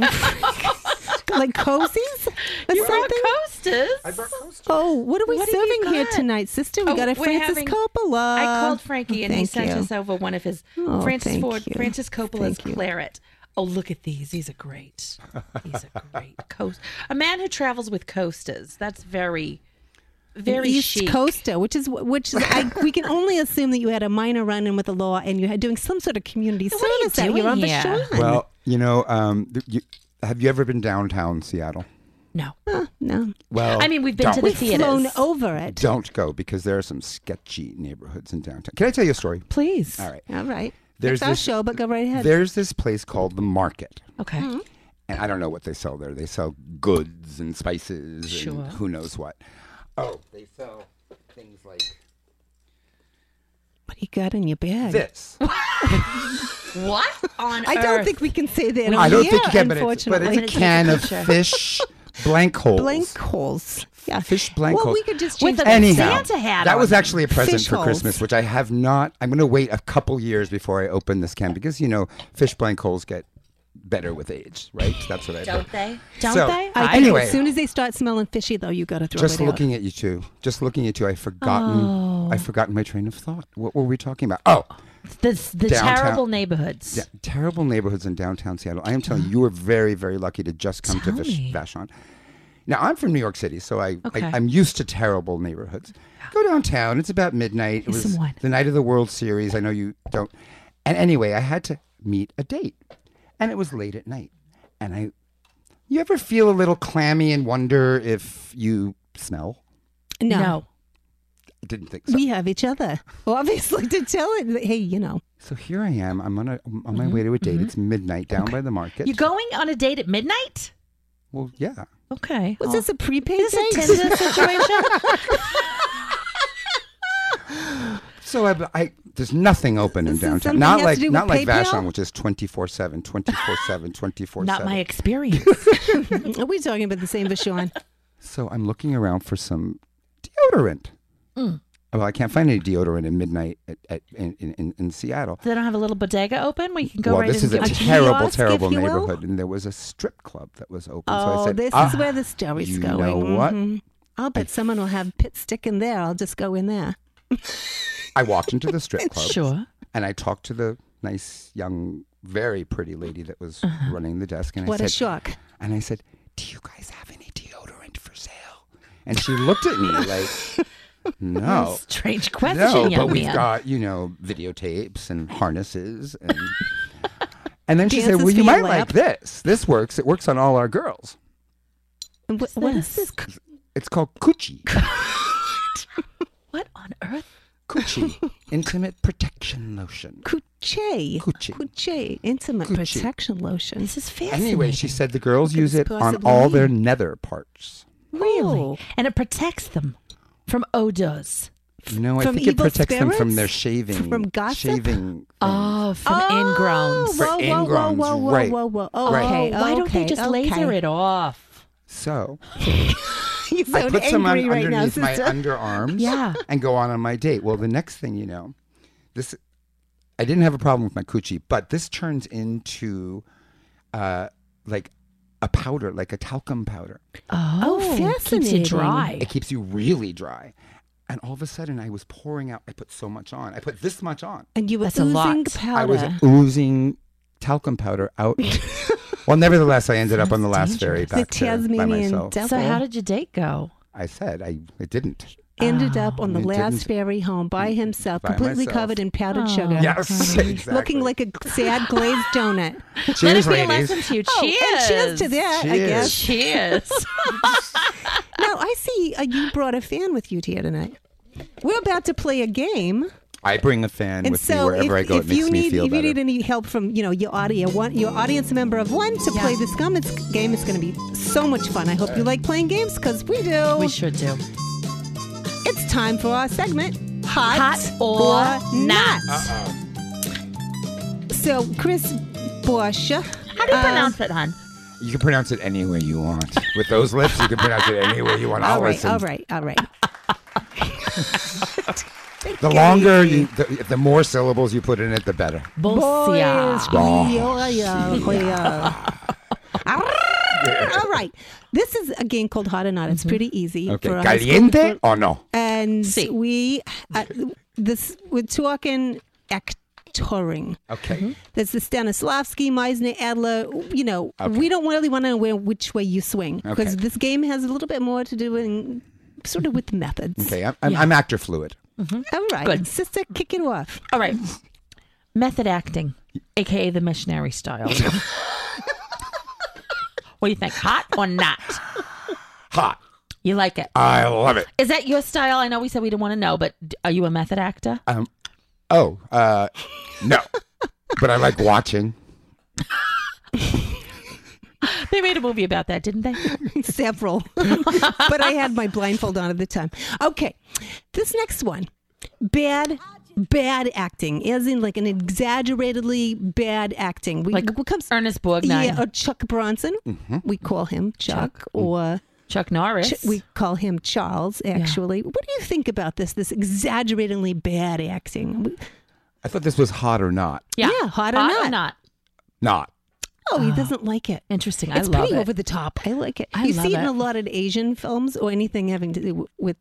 Speaker 2: cozies or
Speaker 1: You brought
Speaker 2: something?
Speaker 1: coasters.
Speaker 3: I brought coasters.
Speaker 2: Oh, what are we
Speaker 1: What have you
Speaker 2: serving here
Speaker 1: got?
Speaker 2: tonight, sister? We
Speaker 1: Oh,
Speaker 2: got a
Speaker 1: we're
Speaker 2: Francis
Speaker 1: having-
Speaker 2: Coppola.
Speaker 1: I called Frankie and he
Speaker 2: Uh, Thank
Speaker 1: sent
Speaker 2: you.
Speaker 1: us over one of his
Speaker 2: Oh,
Speaker 1: Francis
Speaker 2: thank
Speaker 1: Ford,
Speaker 2: you.
Speaker 1: Francis Coppola's
Speaker 2: Thank you.
Speaker 1: claret. Oh, look at these. These are great. These are
Speaker 2: (laughs)
Speaker 1: great. Coast. A man who travels with coasters. That's very, very
Speaker 2: East
Speaker 1: chic.
Speaker 2: Coaster, which is which is I, we can only assume that you had a minor run-in with the law and you had doing some sort of community
Speaker 1: What are you
Speaker 2: service out
Speaker 1: doing
Speaker 2: here on
Speaker 1: here?
Speaker 2: Vashon.
Speaker 3: Well, You know, um, th- you, have you ever been downtown Seattle?
Speaker 1: No.
Speaker 2: Huh, no.
Speaker 3: Well,
Speaker 1: I mean, we've been to
Speaker 3: don't.
Speaker 1: the theaters.
Speaker 2: Flown over it.
Speaker 3: Don't go because there are some sketchy neighborhoods in downtown. Can I tell you a story?
Speaker 2: Please.
Speaker 3: All right.
Speaker 2: All right.
Speaker 3: There's
Speaker 2: it's our
Speaker 3: this-
Speaker 2: show, but go right ahead.
Speaker 3: There's this place called the Market,
Speaker 1: Okay.
Speaker 2: Hmm?
Speaker 3: and I don't know what they sell there. They sell goods and spices
Speaker 1: Sure.
Speaker 3: and who knows what. Oh, they sell things like
Speaker 2: what do you got in your bag?
Speaker 3: this.
Speaker 1: What on
Speaker 2: I don't
Speaker 1: earth?
Speaker 2: think we can say that. on
Speaker 3: I don't
Speaker 2: the
Speaker 3: think
Speaker 2: air,
Speaker 3: you can, but it's, but
Speaker 2: unfortunately.
Speaker 3: it's a
Speaker 2: (laughs)
Speaker 3: can of fish blank holes.
Speaker 2: blank holes. Yeah.
Speaker 3: Fish blank
Speaker 2: well,
Speaker 3: holes.
Speaker 2: we could just
Speaker 1: With
Speaker 2: change
Speaker 1: a-
Speaker 2: that.
Speaker 3: Anyhow,
Speaker 1: Santa hat
Speaker 3: that
Speaker 1: on
Speaker 3: was actually a present
Speaker 2: Fish
Speaker 3: for
Speaker 2: holes.
Speaker 3: Christmas, which I have not. I'm going to wait a couple years before I open this can because you know fish blank holes get better with age, right? That's what I
Speaker 1: Don't they? Don't
Speaker 3: So,
Speaker 1: they?
Speaker 2: I think
Speaker 3: Anyway.
Speaker 2: as soon as they start smelling fishy, though, you got to throw
Speaker 3: Just
Speaker 2: it out.
Speaker 3: looking at you two, just looking at you, I've forgotten. I've forgotten my train of thought. What were we talking about? Oh,
Speaker 1: the the
Speaker 3: Downtown-
Speaker 1: terrible neighborhoods.
Speaker 3: yeah, terrible neighborhoods in downtown Seattle. I am telling you, you were very, very lucky to just come
Speaker 1: Tell
Speaker 3: to
Speaker 1: me.
Speaker 3: Vish- Vashon. Now I'm from New York City, so I,
Speaker 1: Okay.
Speaker 3: I I'm used to terrible neighborhoods. Go downtown. It's about midnight. It
Speaker 1: Here's
Speaker 3: was
Speaker 1: some wine.
Speaker 3: the night of the World Series. I know you don't. And anyway, I had to meet a date, and it was late at night. And I, you ever feel a little clammy and wonder if you smell?
Speaker 2: No.
Speaker 1: No.
Speaker 3: I didn't think so.
Speaker 2: We have each other, (laughs) obviously, to tell it. that, Hey, you know,
Speaker 3: so here I am. I'm on a, I'm on
Speaker 1: Mm-hmm,
Speaker 3: my way to a date. It's midnight down by the market.
Speaker 1: You're going on a date at midnight?
Speaker 3: well, yeah.
Speaker 1: Okay.
Speaker 2: was
Speaker 1: Oh.
Speaker 2: this a prepaid
Speaker 1: Is
Speaker 2: date? (laughs)
Speaker 1: this a Tinder situation?
Speaker 3: So I, I there's nothing open in
Speaker 2: This is
Speaker 3: downtown.
Speaker 2: something
Speaker 3: Not
Speaker 2: has
Speaker 3: like
Speaker 2: to do
Speaker 3: not
Speaker 2: with
Speaker 3: like
Speaker 2: PayPal?
Speaker 3: Vashon, which is
Speaker 2: (laughs)
Speaker 3: 24/7, 24/7, 24/7.
Speaker 1: Not my experience.
Speaker 3: (laughs)
Speaker 2: Are we talking about the same Vashon?
Speaker 3: So I'm looking around for some deodorant.
Speaker 2: Mm.
Speaker 3: Well, I can't find any deodorant at midnight at, at, in, in, in Seattle.
Speaker 1: they don't have a little bodega open where you can go
Speaker 3: well,
Speaker 1: right
Speaker 3: this
Speaker 1: in
Speaker 3: is a
Speaker 1: and get
Speaker 3: terrible,
Speaker 2: kiosk, if
Speaker 3: terrible
Speaker 2: you will?
Speaker 3: neighborhood, and there was a strip club that was open. so I
Speaker 2: Oh,
Speaker 3: said,
Speaker 2: this
Speaker 3: "Ah,
Speaker 2: is where the story's
Speaker 3: you
Speaker 2: going.
Speaker 3: know what?
Speaker 2: Mhm. I'll bet someone will have pit stick in there. I'll just go in there.
Speaker 3: I walked into
Speaker 2: (laughs)
Speaker 3: the strip club.
Speaker 1: Sure.
Speaker 3: And I talked to the nice, young, very pretty lady that was running the desk. And
Speaker 2: Uh-huh. What
Speaker 3: I
Speaker 2: a
Speaker 3: said,
Speaker 2: shock.
Speaker 3: And I said, Do you guys have any deodorant for sale? And she looked at me like, Oh. No.
Speaker 1: Strange question,
Speaker 3: No,
Speaker 1: young
Speaker 3: but we've
Speaker 1: man.
Speaker 3: got, you know, videotapes and harnesses.
Speaker 2: (laughs)
Speaker 3: And, and then she
Speaker 2: Dances
Speaker 3: said, Well,
Speaker 2: for
Speaker 3: you
Speaker 2: your
Speaker 3: might
Speaker 2: lap."
Speaker 3: like this. This works. It works on all our girls.
Speaker 2: And What, what is
Speaker 1: this?
Speaker 2: this?
Speaker 3: It's called Coochie.
Speaker 1: what on earth?
Speaker 2: (laughs)
Speaker 3: Coochie. Intimate Protection Lotion.
Speaker 2: Couche.
Speaker 3: Coochie.
Speaker 2: Couche. Intimate
Speaker 3: Couche.
Speaker 2: protection lotion.
Speaker 1: This is fascinating.
Speaker 3: Anyway, she said the girls
Speaker 2: could
Speaker 3: use
Speaker 2: this
Speaker 3: it on
Speaker 2: possibly
Speaker 3: all their nether parts.
Speaker 1: really,
Speaker 2: Ooh.
Speaker 1: and it protects them from odors.
Speaker 3: No, I
Speaker 2: From
Speaker 3: think it
Speaker 2: evil
Speaker 3: protects them from
Speaker 2: spirits?
Speaker 3: their shaving.
Speaker 2: From gossip?
Speaker 3: Shaving.
Speaker 1: Oh, from
Speaker 2: Oh,
Speaker 1: ingrowns.
Speaker 3: For
Speaker 2: Whoa, whoa, whoa,
Speaker 3: ingrowns,
Speaker 2: whoa, whoa,
Speaker 3: right.
Speaker 2: whoa, whoa. Oh,
Speaker 3: Right.
Speaker 2: okay.
Speaker 1: Why don't they
Speaker 2: okay,
Speaker 1: just laser
Speaker 2: okay.
Speaker 1: it off?
Speaker 3: So
Speaker 2: (laughs) You
Speaker 3: I
Speaker 2: sound
Speaker 3: put
Speaker 2: angry
Speaker 3: some on
Speaker 2: right now,
Speaker 3: underneath my
Speaker 2: sister. (laughs)
Speaker 3: underarms
Speaker 1: Yeah.
Speaker 3: and go on on my date. Well, the next thing you know, this I didn't have a problem with my coochie, but this turns into uh, like a powder, like a talcum powder.
Speaker 1: Oh, Keeps
Speaker 2: fascinating.
Speaker 1: it dry.
Speaker 3: It keeps you really dry. And all of a sudden, I was pouring out. I put so much on. I put this much on.
Speaker 2: and you were
Speaker 1: That's a
Speaker 2: oozing
Speaker 1: lot.
Speaker 2: powder.
Speaker 3: I was oozing talcum powder
Speaker 2: (laughs)
Speaker 3: out. well, nevertheless, I ended up on the last ferry
Speaker 2: the
Speaker 3: back there by
Speaker 2: Tasmanian
Speaker 3: myself.
Speaker 2: devil
Speaker 1: So how did your date go?
Speaker 3: I said I it didn't.
Speaker 2: ended
Speaker 1: Ah.
Speaker 2: up on the
Speaker 3: It didn't- Mm-hmm.
Speaker 2: last ferry home by himself,
Speaker 3: By
Speaker 2: completely
Speaker 3: myself.
Speaker 2: covered in powdered
Speaker 1: Oh.
Speaker 2: sugar.
Speaker 3: Yes, (laughs) exactly.
Speaker 2: Looking like a sad glazed
Speaker 3: (laughs)
Speaker 2: donut.
Speaker 1: Let it
Speaker 3: cheers,
Speaker 1: be a
Speaker 3: ladies.
Speaker 1: lesson to you. Cheers.
Speaker 2: Oh, and cheers to that, I
Speaker 3: Cheers.
Speaker 2: guess.
Speaker 1: Cheers.
Speaker 3: (laughs)
Speaker 2: Now, I see uh, you brought a fan with you here tonight. We're about to play a game.
Speaker 3: I bring a fan
Speaker 2: And
Speaker 3: with me
Speaker 2: so, if,
Speaker 3: wherever I go.
Speaker 2: if
Speaker 3: it makes
Speaker 2: you
Speaker 3: me
Speaker 2: need if
Speaker 3: feel
Speaker 2: you
Speaker 3: better.
Speaker 2: need any help from you know your audio one your audience member of one to play this gum, it's, game, it's going to be so much fun. I hope you like playing games because we do.
Speaker 1: we should do.
Speaker 2: it's time for our segment, hot,
Speaker 1: Hot or not.
Speaker 2: So, Chris Borsha, uh,
Speaker 1: How do you pronounce it, hon?
Speaker 3: you can pronounce it any way you want. With those lips, you can pronounce it any way you want. I'll
Speaker 2: all right,
Speaker 3: listen.
Speaker 2: all right,
Speaker 1: (laughs)
Speaker 2: all right.
Speaker 3: The longer you, the, the more syllables you put in it, the better.
Speaker 1: Bolsia.
Speaker 3: Boy.
Speaker 2: Boy,
Speaker 3: (laughs)
Speaker 2: All right. This is a game called Hot or Not.
Speaker 1: Mm-hmm.
Speaker 2: It's pretty easy.
Speaker 3: Okay,
Speaker 2: for a high school-
Speaker 3: caliente or no?
Speaker 2: And
Speaker 1: Sí.
Speaker 2: we, uh, this we're talking actoring.
Speaker 3: Okay.
Speaker 2: There's the Stanislavski, Meisner, Adler. You know,
Speaker 3: Okay.
Speaker 2: we don't really want to know which way you swing because
Speaker 3: Okay.
Speaker 2: this game has a little bit more to do in sort of with methods.
Speaker 3: Okay. I'm, I'm, I'm actor fluid.
Speaker 2: All right,
Speaker 1: Good.
Speaker 2: sister, kick it off. (laughs)
Speaker 1: (laughs) (laughs) All right. Method acting, aka the missionary style. What do you think? Hot or not?
Speaker 3: Hot.
Speaker 1: You like it?
Speaker 3: I love it.
Speaker 1: Is that your style? I know we said we didn't want to know, but d- are you a method actor?
Speaker 3: Oh, uh,
Speaker 2: (laughs)
Speaker 3: no. but I like watching.
Speaker 1: (laughs) They made a movie about that, didn't they?
Speaker 2: several, but I had my blindfold on at the time. Okay, this next one, bad, bad acting, as in like an exaggeratedly bad acting. We,
Speaker 1: Like
Speaker 2: what comes?
Speaker 1: (laughs) Ernest Borgnine,
Speaker 2: Yeah, or Chuck Bronson. We call him Chuck, or
Speaker 1: Chuck Norris.
Speaker 2: Ch- we call him Charles. Actually, what do you think about this? This exaggeratedly bad acting. We-
Speaker 3: I thought this was hot or not.
Speaker 1: yeah.
Speaker 2: yeah, hot or not.
Speaker 3: Not.
Speaker 2: Oh, he doesn't like it.
Speaker 1: Interesting. Uh, I
Speaker 2: It's
Speaker 1: love
Speaker 2: pretty
Speaker 1: it.
Speaker 2: over the top. I like it.
Speaker 1: I
Speaker 2: you
Speaker 1: love
Speaker 2: see it, in
Speaker 1: it.
Speaker 2: a lot of Asian films or anything having to do w- with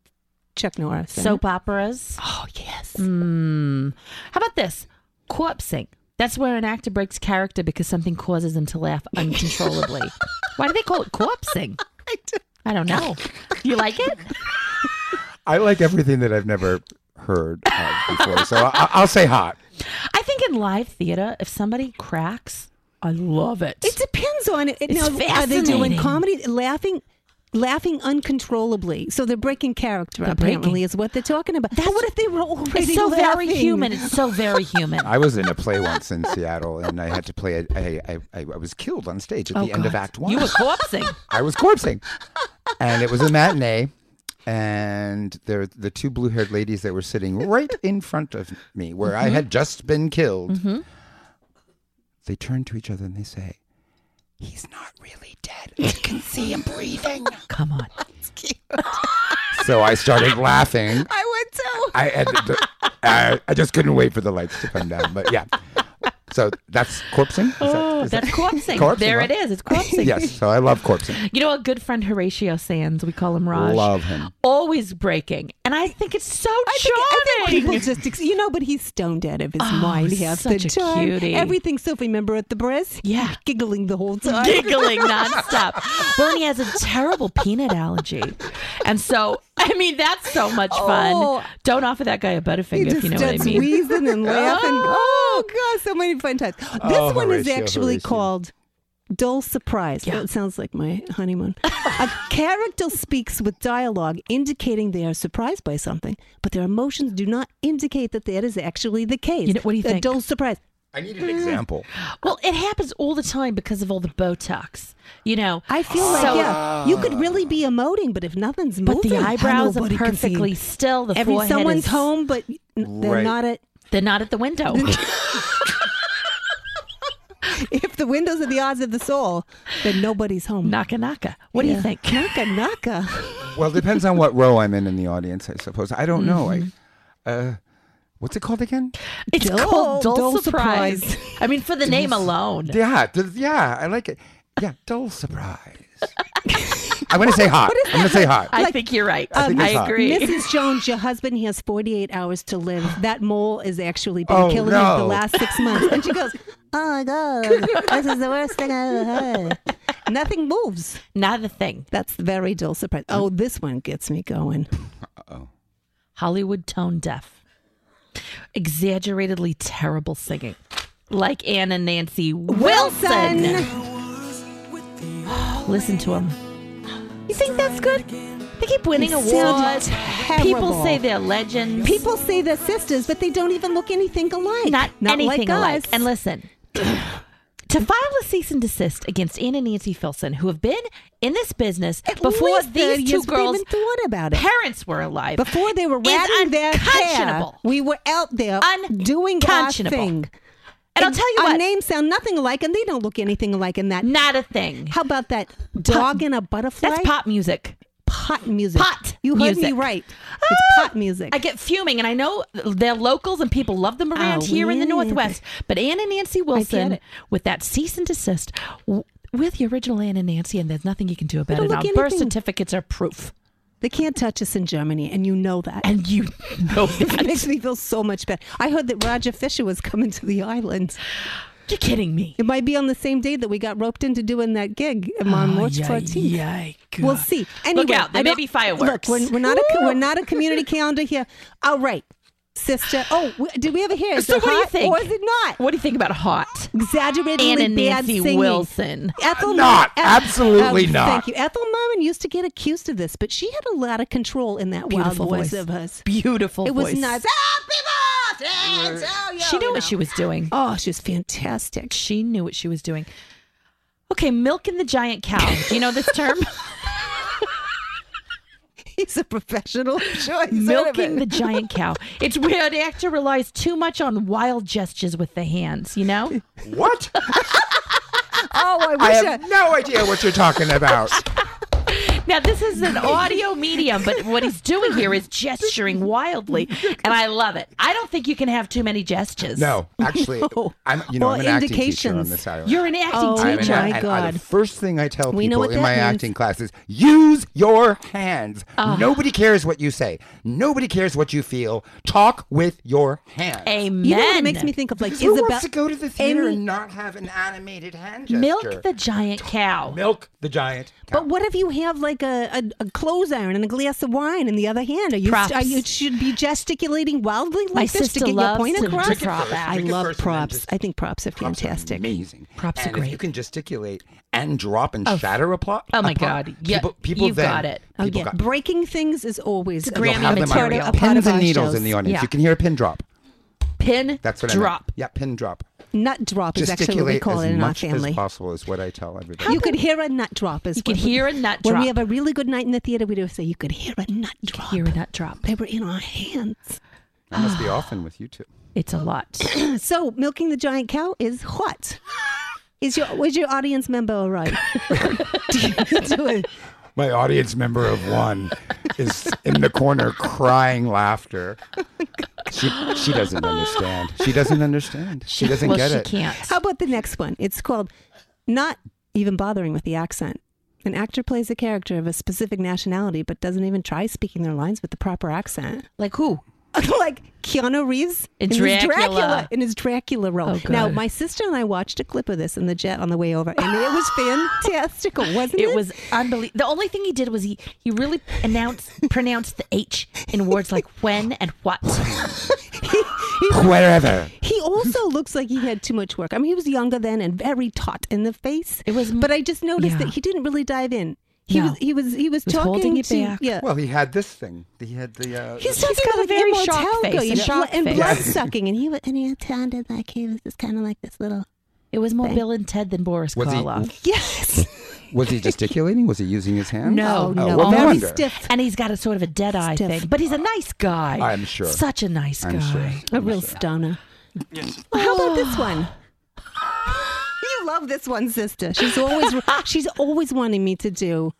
Speaker 2: Chuck Norris.
Speaker 1: Soap operas.
Speaker 2: Oh yes.
Speaker 1: How about this? Corpsing. That's where an actor breaks character because something causes them to laugh
Speaker 2: (laughs)
Speaker 1: uncontrollably. Why do they call it corpsing? I don't know. You like it?
Speaker 3: I like everything that I've never heard of before. So I, I'll say hot.
Speaker 1: I think in live theater, if somebody cracks, I love it.
Speaker 2: It depends on it.
Speaker 1: It's
Speaker 2: now, are they doing
Speaker 1: fascinating.
Speaker 2: comedy? Laughing, laughing uncontrollably. So they're breaking character.
Speaker 1: They're breaking.
Speaker 2: apparently, is what they're talking about.
Speaker 1: That's-
Speaker 2: but what if they were already
Speaker 1: It's so very
Speaker 2: laughing?
Speaker 1: human. It's so very human.
Speaker 3: (laughs) I was in a play once in Seattle, and I had to play. A, I, I, I, I was killed on stage at the end of Act One.
Speaker 1: Oh, You were corpsing.
Speaker 3: I was corpsing, and it was a matinee, and there the two blue haired ladies that were sitting right in front of me, where I
Speaker 1: Mm-hmm.
Speaker 3: had just been killed. They turn to each other and they say, "He's not really dead. I can see him
Speaker 1: (laughs)
Speaker 3: breathing."
Speaker 1: Come on.
Speaker 3: so I started laughing.
Speaker 2: I would too.
Speaker 3: I had to, I, I just couldn't wait for the lights to come down. But yeah, so that's corpsing. Is that-
Speaker 1: Oh,
Speaker 3: is
Speaker 1: that's
Speaker 3: that-
Speaker 1: corpsing.
Speaker 3: Corpsing,
Speaker 1: There it
Speaker 3: huh?
Speaker 1: is. It's corpsing.
Speaker 3: yes. So I love corpsing.
Speaker 1: You know, a good friend, Horatio Sands, we call him Raj.
Speaker 3: Love him.
Speaker 1: Always breaking. And I think it's so
Speaker 2: I think,
Speaker 1: charming. Oh,
Speaker 2: I think people just, ex- you know, but he's stone dead of his mind half
Speaker 1: such
Speaker 2: the
Speaker 1: a
Speaker 2: time.
Speaker 1: cutie.
Speaker 2: Everything's so. Remember at the breast,
Speaker 1: (laughs) Yeah.
Speaker 2: giggling the whole time.
Speaker 1: giggling nonstop. Well, and he has a terrible peanut allergy. And so, I mean, that's so much
Speaker 2: Oh.
Speaker 1: fun. Don't offer that guy a
Speaker 2: (laughs) He
Speaker 1: butterfinger
Speaker 2: just
Speaker 1: if you know what I
Speaker 2: starts
Speaker 1: mean.
Speaker 2: wheezing and laughing. oh gosh, so many fun times. This
Speaker 3: Oh,
Speaker 2: one is
Speaker 3: Horatio,
Speaker 2: actually
Speaker 3: Horatio.
Speaker 2: called Dull Surprise. That sounds like my honeymoon.
Speaker 1: (laughs)
Speaker 2: A character speaks with dialogue indicating they are surprised by something, but their emotions do not indicate that that is actually the case.
Speaker 1: You know- what do you
Speaker 2: A
Speaker 1: think?
Speaker 2: dull surprise.
Speaker 3: I need an example.
Speaker 1: Well, it happens all the time because of all the Botox. You know,
Speaker 2: I feel like
Speaker 1: So-
Speaker 2: yeah, you could
Speaker 3: Ah.
Speaker 2: really be emoting, but if nothing's
Speaker 1: but
Speaker 2: moving,
Speaker 1: the eyebrows are
Speaker 2: nobody can see.
Speaker 1: perfectly still. The
Speaker 2: Every
Speaker 1: forehead
Speaker 2: someone's
Speaker 1: is-
Speaker 2: home, but n- they're
Speaker 3: Right.
Speaker 2: not at. (laughs)
Speaker 1: They're not at the window.
Speaker 2: If the windows are the odds of the soul, then nobody's home.
Speaker 1: Naka naka. What do you think?
Speaker 2: Naka naka.
Speaker 3: Well, depends on what row I'm in in the audience, I suppose. I don't know. I,
Speaker 1: Mm-hmm.
Speaker 3: uh, what's it called again?
Speaker 1: It's
Speaker 2: Dull-
Speaker 1: called dull,
Speaker 2: dull
Speaker 1: surprise. I mean, for the name alone.
Speaker 3: Yeah, th- yeah, I like it. Yeah, dull surprise. (laughs) I'm gonna say hot. I'm gonna say hot.
Speaker 1: I think you're right. I,
Speaker 3: think it's
Speaker 2: um,
Speaker 3: hot.
Speaker 1: agree.
Speaker 2: Mrs. Jones, your husband, he has 48 hours to live. That mole has actually been
Speaker 3: Oh,
Speaker 2: killing him the
Speaker 3: no.
Speaker 2: last six months. And she
Speaker 3: (laughs)
Speaker 2: goes, Oh my God, this is the worst thing I ever heard. Nothing moves.
Speaker 1: Not the thing.
Speaker 2: That's very dull surprise. Oh, this one gets me going.
Speaker 1: Hollywood tone deaf. Exaggeratedly terrible singing. Like Anna Nancy Wilson. Listen to him. You think that's good? They keep winning
Speaker 2: It
Speaker 1: awards.
Speaker 2: sounded
Speaker 1: People
Speaker 2: terrible.
Speaker 1: say they're legends.
Speaker 2: People say they're sisters, but they don't even look anything alike.
Speaker 1: not, anything
Speaker 2: like us.
Speaker 1: alike. And listen, to file a cease and desist against Anna Nancy Filson, who have been in this business
Speaker 2: At
Speaker 1: before
Speaker 2: least thirty
Speaker 1: these two
Speaker 2: years, but they
Speaker 1: girls'
Speaker 2: even thought about it.
Speaker 1: parents were alive.
Speaker 2: Before they were
Speaker 1: is
Speaker 2: ratting their hair,
Speaker 1: unconscionable.
Speaker 2: we were out there doing our
Speaker 1: Unconscionable.
Speaker 2: thing.
Speaker 1: And I'll tell you
Speaker 2: our
Speaker 1: what,
Speaker 2: names sound nothing alike, and they don't look anything alike in that.
Speaker 1: not a thing.
Speaker 2: How about that dog and a butterfly?
Speaker 1: That's pop music.
Speaker 2: pot music.
Speaker 1: pot
Speaker 2: You heard me
Speaker 1: music. Ah.
Speaker 2: right. It's pot music.
Speaker 1: I get fuming, and I know they're locals and people love them around
Speaker 2: Oh,
Speaker 1: here in the
Speaker 2: yeah.
Speaker 1: Northwest. But Anna Nancy Wilson,
Speaker 2: it.
Speaker 1: with that cease and desist, w- we're the original Anna Nancy, and there's nothing you can do about
Speaker 2: don't
Speaker 1: it. Our
Speaker 2: look
Speaker 1: birth
Speaker 2: anything.
Speaker 1: certificates are proof,
Speaker 2: they can't touch us in Germany, and you know that.
Speaker 1: and you know
Speaker 2: (laughs)
Speaker 1: (laughs)
Speaker 2: it
Speaker 1: that.
Speaker 2: makes me feel so much better. I heard that Roger Fisher was coming to the island.
Speaker 1: You're kidding me.
Speaker 2: It might be on the same day that we got roped into doing that gig
Speaker 1: Ah,
Speaker 2: on March 14th.
Speaker 1: Yike.
Speaker 2: We'll see. Anyway,
Speaker 1: out, there
Speaker 2: I
Speaker 1: may
Speaker 2: don't-
Speaker 1: be fireworks. (laughs)
Speaker 2: Look, we're, we're not a co- we're not a community calendar here. All right, sister. Oh, w- did we ever hear? Is
Speaker 1: So
Speaker 2: it
Speaker 1: what do you
Speaker 2: hot
Speaker 1: think?
Speaker 2: Or is it not?
Speaker 1: What do you think about hot?
Speaker 2: Exaggeratedly
Speaker 1: Anna
Speaker 2: bad
Speaker 1: Nancy
Speaker 2: singing.
Speaker 1: Wilson.
Speaker 2: Ethel
Speaker 3: Not.
Speaker 2: Merman-
Speaker 3: Absolutely
Speaker 2: Oh,
Speaker 3: not.
Speaker 2: Thank you. Ethel Merman used to get accused of this, but she had a lot of control in that
Speaker 1: Beautiful
Speaker 2: wild voice,
Speaker 1: voice.
Speaker 2: of hers.
Speaker 1: Beautiful
Speaker 2: It was
Speaker 1: voice.
Speaker 2: nice. Happy birthday to you,
Speaker 1: She knew
Speaker 2: you
Speaker 1: what
Speaker 2: know.
Speaker 1: she was doing.
Speaker 2: Oh, she was fantastic. (laughs)
Speaker 1: She knew what she was doing. Okay, milk and the giant cow. Do you know
Speaker 2: (laughs)
Speaker 1: this term?
Speaker 2: She's a professional choice.
Speaker 1: Milking the giant cow. It's where an actor relies too much on wild gestures with the hands, you know?
Speaker 3: What?
Speaker 2: Oh, I
Speaker 3: (laughs) I
Speaker 2: wish I,
Speaker 1: (laughs)
Speaker 3: have no idea what you're talking about.
Speaker 1: Now, this is an audio medium, but what he's doing here is gesturing wildly, and I love it. I don't think you can have too many gestures.
Speaker 3: (laughs) No, actually, I'm, you know,
Speaker 2: Or
Speaker 3: I'm an acting teacher on
Speaker 2: indications.
Speaker 3: this island.
Speaker 1: You're an acting
Speaker 2: Oh,
Speaker 3: I'm an
Speaker 1: teacher.
Speaker 2: my
Speaker 3: act- and, I- the
Speaker 2: God.
Speaker 3: first thing I tell
Speaker 2: We know
Speaker 3: people
Speaker 2: what
Speaker 3: in
Speaker 2: that
Speaker 3: my
Speaker 2: means.
Speaker 3: acting class is use your hands. Nobody cares what you say. Nobody cares what you feel. Talk with your hands.
Speaker 1: Amen.
Speaker 2: You know what it makes me think of like
Speaker 3: Who
Speaker 2: Isabel.
Speaker 3: wants to go to the theater
Speaker 2: Any-
Speaker 3: and not have an animated hand gesture?
Speaker 1: Milk the giant cow.
Speaker 3: milk the giant. cow.
Speaker 2: But what if you have like a, a, a clothes iron and a glass of wine in the other hand? Are you,
Speaker 1: Props.
Speaker 2: are you should be gesticulating wildly like
Speaker 1: My
Speaker 2: this
Speaker 1: sister
Speaker 2: to get your
Speaker 1: loves
Speaker 2: point
Speaker 1: to
Speaker 2: across.
Speaker 1: Drink it prop first, act.
Speaker 2: I
Speaker 1: drink
Speaker 3: it
Speaker 2: love
Speaker 3: first and then
Speaker 2: props.
Speaker 3: just-
Speaker 2: I think props are
Speaker 3: Props are
Speaker 2: fantastic.
Speaker 3: amazing.
Speaker 1: Props are
Speaker 3: and if
Speaker 1: great.
Speaker 3: you can gesticulate and drop and shatter a plot.
Speaker 1: Oh my
Speaker 3: a plot,
Speaker 1: God. Yeah,
Speaker 3: people, people
Speaker 1: you've
Speaker 3: then-
Speaker 1: got it.
Speaker 2: Oh,
Speaker 3: people
Speaker 2: yeah.
Speaker 3: got-
Speaker 2: Breaking things is always
Speaker 1: Grammy
Speaker 2: a
Speaker 1: Have
Speaker 3: Have
Speaker 1: them
Speaker 3: them
Speaker 1: material.
Speaker 2: part
Speaker 3: out.
Speaker 2: of, a part
Speaker 3: Pins
Speaker 2: of
Speaker 3: and
Speaker 2: our
Speaker 3: needles
Speaker 2: shows.
Speaker 3: in the audience.
Speaker 1: Yeah.
Speaker 3: You can hear a pin drop.
Speaker 1: Pin
Speaker 3: That's what I
Speaker 1: drop.
Speaker 3: mean. Yeah, pin drop.
Speaker 2: Nut drop is actually what we
Speaker 3: Gesticulate
Speaker 2: call
Speaker 3: as
Speaker 2: it in our
Speaker 3: much
Speaker 2: family.
Speaker 3: as possible is what I tell everybody.
Speaker 2: You could hear a nut drop. Is
Speaker 1: You could
Speaker 2: what we-
Speaker 1: hear a nut
Speaker 2: When we
Speaker 1: drop.
Speaker 2: have a really good night in the theater, we do say you could hear a nut drop.
Speaker 1: Hear that drop.
Speaker 2: They were in our hands.
Speaker 3: I must be often with you two.
Speaker 1: It's a lot.
Speaker 2: So milking the giant cow is hot. Is your was your audience member all right? (laughs) do you, do it.
Speaker 3: My audience member of one is in the corner crying laughter. She, she doesn't understand. She doesn't understand. She, doesn't
Speaker 1: well,
Speaker 3: get
Speaker 1: she
Speaker 3: it.
Speaker 1: can't.
Speaker 2: How about the next one? It's called not even bothering with the accent. An actor plays a character of a specific nationality but doesn't even try speaking their lines with the proper accent. (laughs)
Speaker 1: Like who?
Speaker 2: like Keanu Reeves
Speaker 1: In
Speaker 2: his
Speaker 1: Dracula.
Speaker 2: Dracula in his Dracula role.
Speaker 1: Oh, God.
Speaker 2: now, my sister and I watched a clip of this in the jet on the way over, and it was fantastical, wasn't it?
Speaker 1: It was unbelievable. The only thing he did was he he really announced (laughs) pronounced the H in words like when and what.
Speaker 3: Wherever.
Speaker 2: He also (laughs) looks like he had too much work. I mean, he was younger then and very taut in the face.
Speaker 1: It was-
Speaker 2: but I just noticed
Speaker 1: yeah.
Speaker 2: that he didn't really dive in. He
Speaker 1: No.
Speaker 2: was, he was, he was,
Speaker 1: He was
Speaker 2: talking
Speaker 1: holding it
Speaker 2: to,
Speaker 1: back.
Speaker 2: yeah.
Speaker 3: Well, he had this thing. He had the. Uh,
Speaker 1: He's
Speaker 2: He's talking
Speaker 1: got a
Speaker 2: about like
Speaker 1: very shocked
Speaker 2: immortality
Speaker 1: face, a
Speaker 2: and,
Speaker 1: shocked
Speaker 2: and
Speaker 1: face.
Speaker 2: blood
Speaker 3: Yeah.
Speaker 2: sucking, and he was, and he sounded like he was just kind of like
Speaker 1: (laughs)
Speaker 2: this little
Speaker 1: It was more Bill and Ted than Boris
Speaker 3: Was he-
Speaker 1: Karloff.
Speaker 2: (laughs) yes,
Speaker 3: was he gesticulating? Was he using his hands?
Speaker 1: No.
Speaker 2: oh,
Speaker 1: Oh,
Speaker 2: no,
Speaker 1: well,
Speaker 2: very
Speaker 1: no
Speaker 3: wonder.
Speaker 2: stiff,
Speaker 1: And he's got a sort of a dead eye
Speaker 2: Stiff.
Speaker 1: thing, but he's a nice guy.
Speaker 3: I'm sure.
Speaker 1: Such a nice
Speaker 3: I'm
Speaker 1: guy.
Speaker 3: sure.
Speaker 2: a real stoner. How about this one? you love this one, sister.
Speaker 1: (laughs)
Speaker 2: She's always she's always wanting me to do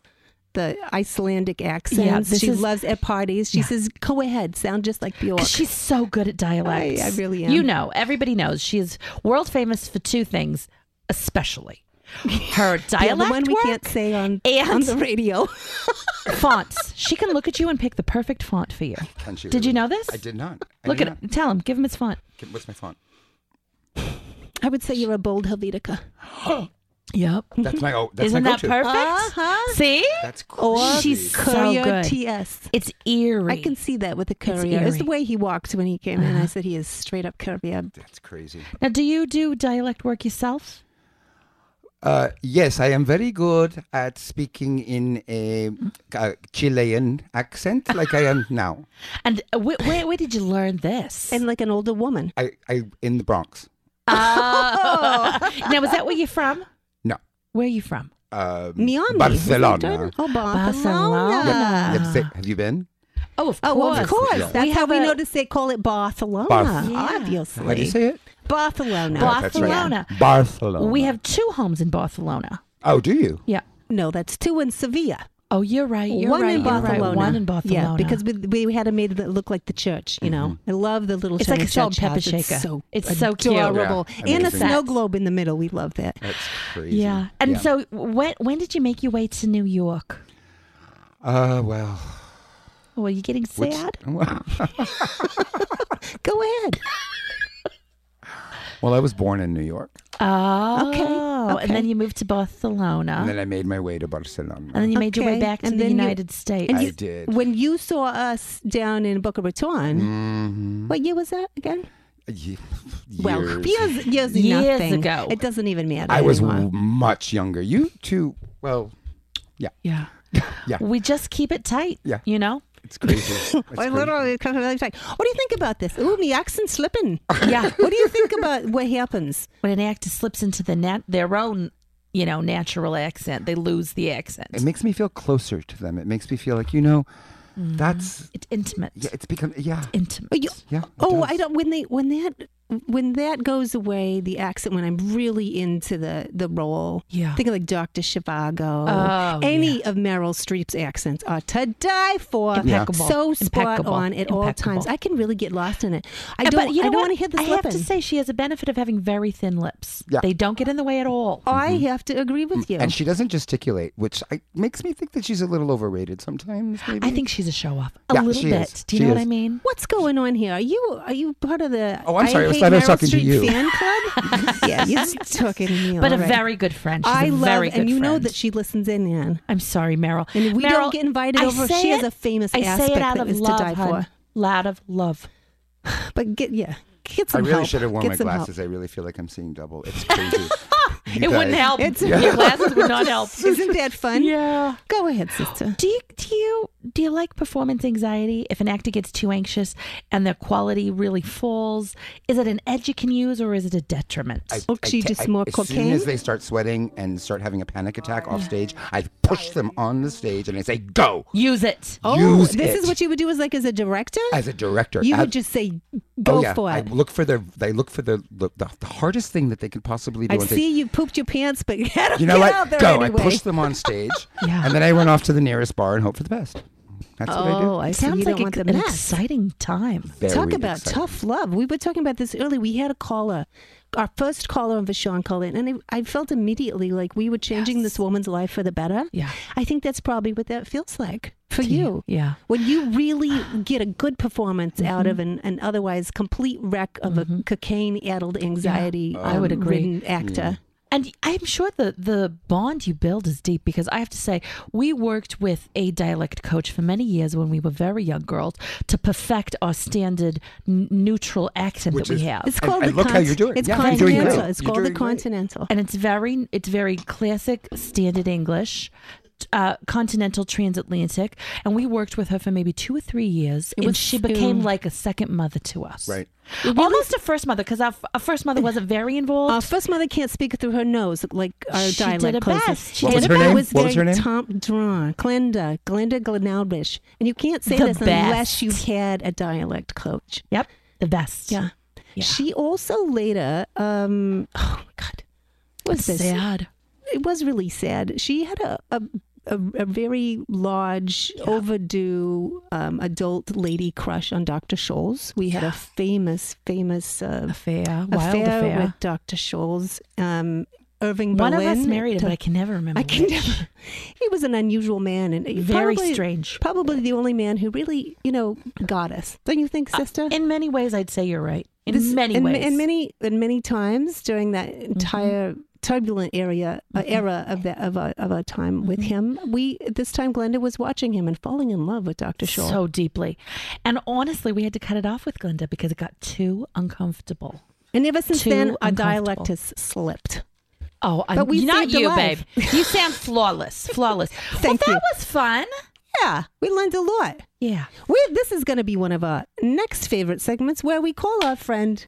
Speaker 2: the Icelandic accents.
Speaker 1: this
Speaker 2: she
Speaker 1: is-
Speaker 2: loves at parties. She says, "Go ahead, sound just like Bjork."
Speaker 1: 'Cause She's so good at dialects.
Speaker 2: I- I really am.
Speaker 1: You know, everybody knows she is world famous for two things, especially
Speaker 2: (laughs)
Speaker 1: her
Speaker 2: the
Speaker 1: dialect
Speaker 2: other one we
Speaker 1: work
Speaker 2: can't say on
Speaker 1: and-
Speaker 2: on the
Speaker 1: (laughs)
Speaker 2: radio.
Speaker 1: fonts. She can look at you and pick the perfect font for you.
Speaker 3: Can she
Speaker 1: Did you
Speaker 3: really?
Speaker 1: know this?
Speaker 3: I did not. I
Speaker 1: Look
Speaker 3: did
Speaker 1: at him. Tell him. Give him his font.
Speaker 3: Not. What's my font?
Speaker 2: I would say you're a bold Helvetica.
Speaker 1: Yep.
Speaker 3: That's my. Oh, that's
Speaker 1: Isn't
Speaker 3: my
Speaker 1: that
Speaker 3: go-to.
Speaker 1: perfect?
Speaker 2: Uh-huh.
Speaker 1: See?
Speaker 3: That's cool.
Speaker 2: Or
Speaker 1: She's so
Speaker 2: Courier
Speaker 1: good.
Speaker 2: TS.
Speaker 1: It's eerie.
Speaker 2: I can see that with the courier. It's the
Speaker 1: eerie. Uh-huh.
Speaker 2: way he walked when he came in. I said he is straight up courier.
Speaker 3: That's crazy.
Speaker 1: Now, do you do dialect work yourself?
Speaker 3: Uh, yes, I am very good at speaking in a, uh Chilean accent, like I am now.
Speaker 1: And uh, where, where, where did you learn this? (laughs)
Speaker 2: And like an older woman.
Speaker 3: I, I in the Bronx.
Speaker 2: Oh.
Speaker 1: (laughs) now, is that where you're from?
Speaker 3: No,
Speaker 1: Where are you from?
Speaker 3: um,
Speaker 2: Miami. wasn't
Speaker 3: Barcelona.
Speaker 2: it? Oh,
Speaker 1: Barcelona.
Speaker 2: Barcelona.
Speaker 3: You have, to say- have you been?
Speaker 1: Oh, of
Speaker 2: Oh,
Speaker 1: course.
Speaker 2: of course.
Speaker 3: Yeah.
Speaker 2: That's
Speaker 1: We
Speaker 2: how
Speaker 1: have uh,
Speaker 2: we
Speaker 1: a-
Speaker 2: notice they call it Barcelona.
Speaker 3: Barth-
Speaker 1: Yeah.
Speaker 2: Obviously.
Speaker 3: How do you say it? Oh,
Speaker 2: Barcelona.
Speaker 1: Barth-
Speaker 3: That's right.
Speaker 1: Barcelona.
Speaker 3: Barcelona.
Speaker 1: We have two homes in Barcelona.
Speaker 3: Oh, do you?
Speaker 1: Yeah.
Speaker 2: No, that's two in Sevilla.
Speaker 1: Oh, you're right. You're
Speaker 2: One
Speaker 1: right.
Speaker 2: in
Speaker 1: you're right.
Speaker 2: Barcelona.
Speaker 1: One in Barcelona.
Speaker 2: Yeah, because we, we had a maid that looked like the church, you know. I love the little
Speaker 1: It's
Speaker 2: China
Speaker 1: like a salt
Speaker 2: church
Speaker 1: pepper
Speaker 2: house.
Speaker 1: shaker.
Speaker 2: It's so,
Speaker 1: It's so cute.
Speaker 2: adorable.
Speaker 3: Yeah,
Speaker 2: and a
Speaker 3: amazing.
Speaker 2: snow globe in the middle. We love that.
Speaker 3: That's crazy.
Speaker 1: yeah. And so, when when did you make your way to New York?
Speaker 3: Uh, well.
Speaker 1: Oh, are you getting
Speaker 3: which- (laughs)
Speaker 1: sad?
Speaker 2: Go ahead.
Speaker 3: Well, I was born in New York.
Speaker 1: Oh,
Speaker 2: Okay,
Speaker 1: And then
Speaker 2: okay.
Speaker 1: you moved to Barcelona,
Speaker 3: And then I made my way to Barcelona.
Speaker 1: Ah. and then you made your way
Speaker 2: Okay,
Speaker 1: back to
Speaker 2: and
Speaker 1: the
Speaker 2: then you-
Speaker 1: United States.
Speaker 3: I
Speaker 2: you-
Speaker 3: did.
Speaker 2: When you saw us down in Boca Raton, what year was that again?
Speaker 3: Ye-
Speaker 2: Well,
Speaker 3: years.
Speaker 2: years, years, is
Speaker 1: Years
Speaker 2: nothing.
Speaker 1: ago.
Speaker 2: It doesn't even matter.
Speaker 3: I was
Speaker 2: anymore.
Speaker 3: much younger. You two, well,
Speaker 2: (laughs)
Speaker 1: yeah.
Speaker 3: Yeah.
Speaker 1: We just keep it tight.
Speaker 3: Yeah.
Speaker 1: You know?
Speaker 3: it's crazy. It's
Speaker 2: (laughs) I
Speaker 3: crazy.
Speaker 2: literally kind of like, what do you think about this? Ooh, me accent
Speaker 3: (laughs)
Speaker 2: slipping.
Speaker 1: Yeah.
Speaker 2: what do you think about what happens?
Speaker 1: when an actor slips into the nat- their own, you know, natural accent, they lose the accent.
Speaker 3: It makes me feel closer to them. It makes me feel like you know,
Speaker 2: Mm-hmm.
Speaker 3: that's
Speaker 1: it's intimate.
Speaker 3: yeah. It's become yeah,
Speaker 1: Intimate.
Speaker 2: But you-
Speaker 3: yeah. it
Speaker 2: oh,
Speaker 3: does.
Speaker 2: I don't. When they when that when that goes away, the accent. When I'm really into the the role,
Speaker 1: Yeah.
Speaker 2: Think of like Doctor Shivago.
Speaker 1: Oh,
Speaker 2: Any of Meryl Streep's accents are to die for.
Speaker 1: Impeccable.
Speaker 2: So spot
Speaker 1: Impeccable.
Speaker 2: on at all
Speaker 1: Impeccable.
Speaker 2: times. I can really get lost in it. I
Speaker 1: Uh,
Speaker 2: don't.
Speaker 1: but you know
Speaker 2: I don't
Speaker 1: what?
Speaker 2: want to hear the
Speaker 1: I
Speaker 2: slipping.
Speaker 1: have to say, she has a benefit of having very thin lips.
Speaker 3: Yeah.
Speaker 1: They don't get in the way at all.
Speaker 2: I have to agree with you.
Speaker 3: Mm-hmm. And she doesn't gesticulate, which I, makes me think that she's a little overrated sometimes. Maybe.
Speaker 1: I think she's a show off. A
Speaker 3: Yeah,
Speaker 1: little
Speaker 3: she
Speaker 1: bit.
Speaker 3: is.
Speaker 1: Do you
Speaker 3: She
Speaker 1: know what I
Speaker 3: is.
Speaker 1: mean?
Speaker 2: What's going on here? Are you are you part of the?
Speaker 3: Oh, I'm sorry. I
Speaker 2: I
Speaker 3: was
Speaker 2: hate
Speaker 3: thought I was
Speaker 2: Meryl
Speaker 3: talking to
Speaker 2: Streep
Speaker 3: you.
Speaker 2: Fan
Speaker 3: (laughs)
Speaker 2: club. yeah, you're talking to me.
Speaker 1: But
Speaker 2: all
Speaker 1: a
Speaker 2: right.
Speaker 1: very good friend. She's
Speaker 2: I
Speaker 1: a
Speaker 2: love,
Speaker 1: very good
Speaker 2: and you know
Speaker 1: friend.
Speaker 2: that she listens in, Ann.
Speaker 1: I'm sorry, Meryl.
Speaker 2: And we
Speaker 1: Meryl,
Speaker 2: don't get invited
Speaker 1: I
Speaker 2: over.
Speaker 1: say
Speaker 2: She has
Speaker 1: it-
Speaker 2: a famous
Speaker 1: I say
Speaker 2: aspect
Speaker 1: it out
Speaker 2: that
Speaker 1: of
Speaker 2: is to
Speaker 1: love,
Speaker 2: die
Speaker 1: hun. Out of love.
Speaker 2: for. But get yeah, get
Speaker 3: I
Speaker 2: some
Speaker 3: really
Speaker 2: help.
Speaker 3: should have worn
Speaker 2: Get
Speaker 3: my
Speaker 2: some help.
Speaker 3: glasses. I really feel like I'm seeing double.
Speaker 2: (laughs)
Speaker 3: It's crazy. You
Speaker 1: it wouldn't
Speaker 3: guys-
Speaker 1: help.
Speaker 2: It's-
Speaker 1: Your glasses would not help.
Speaker 2: (laughs) Isn't that fun?
Speaker 1: yeah.
Speaker 2: Go ahead, sister.
Speaker 1: Do you do you do you like performance anxiety? If an actor gets too anxious and their quality really falls, is it an edge you can use or is it a detriment?
Speaker 2: Oh, she
Speaker 3: ta-
Speaker 2: just more
Speaker 3: as soon
Speaker 2: cocaine?
Speaker 3: as they start sweating and start having a panic attack off stage, I push them on the stage and I say, "Go!"
Speaker 1: use it.
Speaker 2: Oh,
Speaker 3: Use
Speaker 2: this
Speaker 3: it.
Speaker 2: is what you would do as like as a director.
Speaker 3: As a director,
Speaker 2: you
Speaker 3: ab-
Speaker 2: would just say,
Speaker 3: oh,
Speaker 2: "Go
Speaker 3: yeah.
Speaker 2: for
Speaker 3: I
Speaker 2: it."
Speaker 3: look for their. They look for the the, the, the hardest thing that they could possibly do.
Speaker 2: I
Speaker 3: and say,
Speaker 2: see you pooped your pants, but (laughs) get,
Speaker 3: You know
Speaker 2: get
Speaker 3: what?
Speaker 2: out there
Speaker 3: Go.
Speaker 2: anyway.
Speaker 3: I push them on
Speaker 2: (laughs)
Speaker 3: stage,
Speaker 1: Yeah.
Speaker 3: and then I run off to the nearest bar and hope for the best. That's what I do.
Speaker 2: Oh, I
Speaker 1: It
Speaker 2: see.
Speaker 1: sounds
Speaker 2: you
Speaker 1: like
Speaker 2: don't want
Speaker 1: a-
Speaker 2: the
Speaker 1: an
Speaker 2: mess.
Speaker 1: exciting time.
Speaker 3: Very
Speaker 2: Talk about
Speaker 3: exciting.
Speaker 2: tough love. We were talking about this earlier. We had a caller, our first caller on Vashon call in, and I, I felt immediately like we were changing this woman's life for the better.
Speaker 1: Yeah.
Speaker 2: I think that's probably what that feels like for you.
Speaker 1: Yeah.
Speaker 2: When you really get a good performance out of
Speaker 1: Mm-hmm.
Speaker 2: an, an otherwise complete wreck of a cocaine addled anxiety,
Speaker 1: I would
Speaker 2: um,
Speaker 1: agree.
Speaker 2: ridden actor.
Speaker 1: And I'm sure the the bond you build is deep because I have to say we worked with a dialect coach for many years when we were very young girls to perfect our standard n- neutral accent
Speaker 3: Which
Speaker 1: that we
Speaker 3: is-
Speaker 1: have.
Speaker 2: It's
Speaker 3: And-
Speaker 2: called
Speaker 3: and
Speaker 2: the
Speaker 3: look how
Speaker 2: cont-
Speaker 3: you're doing.
Speaker 2: It's
Speaker 3: Yeah,
Speaker 1: you're doing
Speaker 2: continental.
Speaker 1: great.
Speaker 2: It's
Speaker 3: You're
Speaker 2: called the
Speaker 3: doing great.
Speaker 2: continental.
Speaker 1: and it's very it's very classic standard english uh, continental transatlantic and we worked with her for maybe two or three years and
Speaker 2: was-
Speaker 1: she became
Speaker 2: mm.
Speaker 1: like a second mother to us
Speaker 3: Right.
Speaker 1: almost a first mother because our, f- our first mother wasn't very involved
Speaker 2: Our Uh, first mother can't speak through her nose like our
Speaker 1: She
Speaker 2: dialect
Speaker 1: did her
Speaker 2: closes.
Speaker 1: best. She
Speaker 3: What did was her her
Speaker 2: It
Speaker 3: name?
Speaker 2: was
Speaker 3: What was
Speaker 2: very
Speaker 3: her name?
Speaker 2: Tom Dron, Glenda, Glenda Glenalbish. And you can't say
Speaker 1: The
Speaker 2: this
Speaker 1: best.
Speaker 2: unless you had a dialect coach.
Speaker 1: yep the best
Speaker 2: Yeah.
Speaker 1: Yeah.
Speaker 2: She also later, um, oh my God,
Speaker 1: was
Speaker 2: what's this?
Speaker 1: sad
Speaker 2: It was really sad. She had a, a, a, a very large, overdue um, adult lady crush on Dr. Scholes. We had a famous, famous uh,
Speaker 1: affair wild
Speaker 2: affair,
Speaker 1: affair,
Speaker 2: with Dr. Scholes. Um, Irving
Speaker 1: one
Speaker 2: Berlin.
Speaker 1: of us married him, but I can never remember
Speaker 2: I can
Speaker 1: which.
Speaker 2: never. He was an unusual man and he
Speaker 1: very
Speaker 2: probably,
Speaker 1: strange
Speaker 2: Probably the only man who really, you know, got us. Don't you think, sister?
Speaker 1: Uh, in many ways I'd say you're right in
Speaker 2: This-
Speaker 1: many
Speaker 2: and, ma-
Speaker 1: ways Mm-hmm.
Speaker 2: and many, and many times during that entire turbulent area uh, era of that of our, of our time with
Speaker 1: Mm-hmm.
Speaker 2: him, we at this time Glenda was watching him and falling in love with Doctor Shaw.
Speaker 1: so deeply and honestly we had to cut it off with Glinda because it got too uncomfortable
Speaker 2: and ever since
Speaker 1: too
Speaker 2: then, our
Speaker 1: uncomfortable.
Speaker 2: dialect has slipped.
Speaker 1: Oh, I'm,
Speaker 2: But we
Speaker 1: not
Speaker 2: saved a
Speaker 1: you, babe.
Speaker 2: life.
Speaker 1: You sound (laughs) flawless, flawless.
Speaker 2: Thank
Speaker 1: well,
Speaker 2: you.
Speaker 1: that was fun.
Speaker 2: Yeah, we learned a lot.
Speaker 1: Yeah.
Speaker 2: We, this is going to be one of our next favorite segments where we call our friend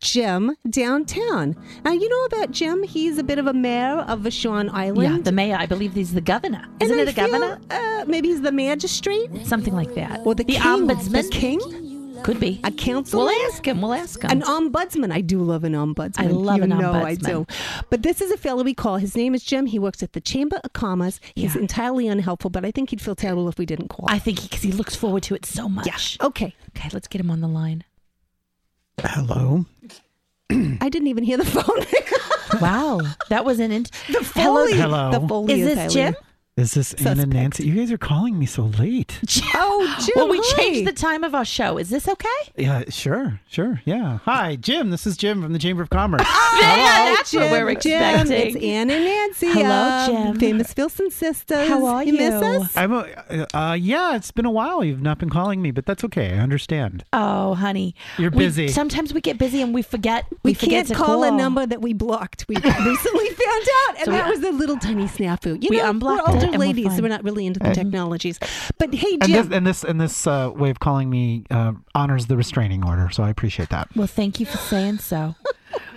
Speaker 2: Jim downtown. Now, you know about Jim? He's a bit of a mayor of Vashon Island.
Speaker 1: Yeah, the mayor. I believe he's the governor.
Speaker 2: And
Speaker 1: Isn't
Speaker 2: I
Speaker 1: it a
Speaker 2: feel,
Speaker 1: governor?
Speaker 2: Uh, maybe he's the magistrate
Speaker 1: Something like that.
Speaker 2: or the,
Speaker 1: the
Speaker 2: king.
Speaker 1: ombudsman.
Speaker 2: The king?
Speaker 1: Could be.
Speaker 2: A councilman?
Speaker 1: We'll ask him. We'll ask him.
Speaker 2: An ombudsman. I do love an ombudsman.
Speaker 1: I love
Speaker 2: you
Speaker 1: an
Speaker 2: know I
Speaker 1: ombudsman.
Speaker 2: do. But this is a fellow we call. His name is Jim. He works at the Chamber of Commerce. He's
Speaker 1: Yeah.
Speaker 2: entirely unhelpful, but I think he'd feel terrible if we didn't call.
Speaker 1: I think because he, looks forward to it so much.
Speaker 2: yeah. Okay.
Speaker 1: Okay, let's get him on the line.
Speaker 4: Hello.
Speaker 2: I didn't even hear the (laughs) phone.
Speaker 1: (laughs) Wow, that was an int-
Speaker 2: The Foley.
Speaker 1: Hello.
Speaker 4: Hello.
Speaker 2: The Foley
Speaker 1: Is
Speaker 2: Italian.
Speaker 1: (laughs) this Jim?
Speaker 4: Is this Ann and Nancy? You guys are calling me so late.
Speaker 2: Oh, Jim.
Speaker 1: well, we
Speaker 2: hi.
Speaker 1: changed the time of our show. Is this okay?
Speaker 4: Yeah, sure, sure, yeah. Hi, Jim. This is Jim from the Chamber of Commerce.
Speaker 1: yeah, Oh, that's what we're
Speaker 2: Jim,
Speaker 1: expecting.
Speaker 2: It's Ann and Nancy.
Speaker 1: Hello,
Speaker 2: uh,
Speaker 1: Jim.
Speaker 2: Famous Filson sisters.
Speaker 1: How are
Speaker 2: You miss
Speaker 1: you?
Speaker 2: us?
Speaker 4: (laughs) I'm a, uh, yeah, it's been a while. You've not been calling me, but that's okay. I understand.
Speaker 1: Oh, honey,
Speaker 4: You're
Speaker 1: We-
Speaker 4: busy.
Speaker 1: sometimes we get busy and we forget. We,
Speaker 2: We,
Speaker 1: forget
Speaker 2: can't
Speaker 1: to
Speaker 2: call, a number that we blocked.
Speaker 1: (laughs)
Speaker 2: We recently found out, and
Speaker 1: So we-
Speaker 2: that was a little tiny snafu. You
Speaker 1: We
Speaker 2: know, we're
Speaker 1: unblocked it,
Speaker 2: older
Speaker 1: and we're
Speaker 2: ladies,
Speaker 1: fine. Uh-huh.
Speaker 2: so we're not really into the technologies. But hey,
Speaker 4: And
Speaker 2: Jim,
Speaker 4: this and this and this uh, way of calling me uh, honors the restraining order, so I appreciate that.
Speaker 1: Well, thank you for saying
Speaker 4: (laughs)
Speaker 1: so.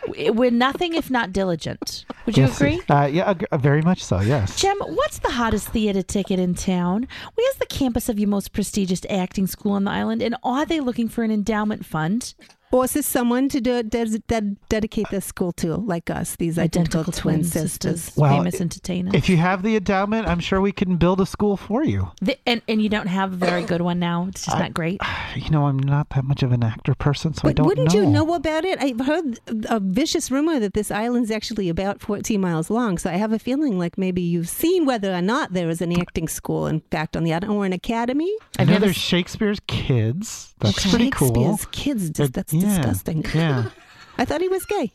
Speaker 1: We- We're nothing if not diligent. Would you
Speaker 4: Yes,
Speaker 1: agree?
Speaker 4: Uh, yeah, ag- uh, very much so. Yes.
Speaker 1: Jem, what's the hottest theater ticket in town? Where's the campus of your most prestigious acting school on the island? And are they looking for an endowment fund?
Speaker 2: forces someone to do, des- ded- dedicate their school to, like us, these identical, twin, sisters.
Speaker 4: Well,
Speaker 1: famous
Speaker 4: i-
Speaker 1: entertainer.
Speaker 4: If you have the endowment, I'm sure we can build a school for you.
Speaker 1: The- and, and you don't have a very good one now. It's just not great.
Speaker 4: You know, I'm not that much of an actor person, so I
Speaker 2: But
Speaker 4: don't
Speaker 2: wouldn't you know about it? I've heard a vicious rumor that this island's actually about 14 miles long. So I have a feeling like maybe you've seen whether or not there is an acting school, in fact, on the island or an academy.
Speaker 4: I
Speaker 1: I've
Speaker 4: know
Speaker 1: never
Speaker 4: there's
Speaker 1: s-
Speaker 4: Shakespeare's kids. That's pretty cool.
Speaker 2: Shakespeare's kids, dis-
Speaker 4: It-
Speaker 2: that's
Speaker 4: yeah,
Speaker 2: disgusting.
Speaker 4: Yeah.
Speaker 2: I thought he was gay.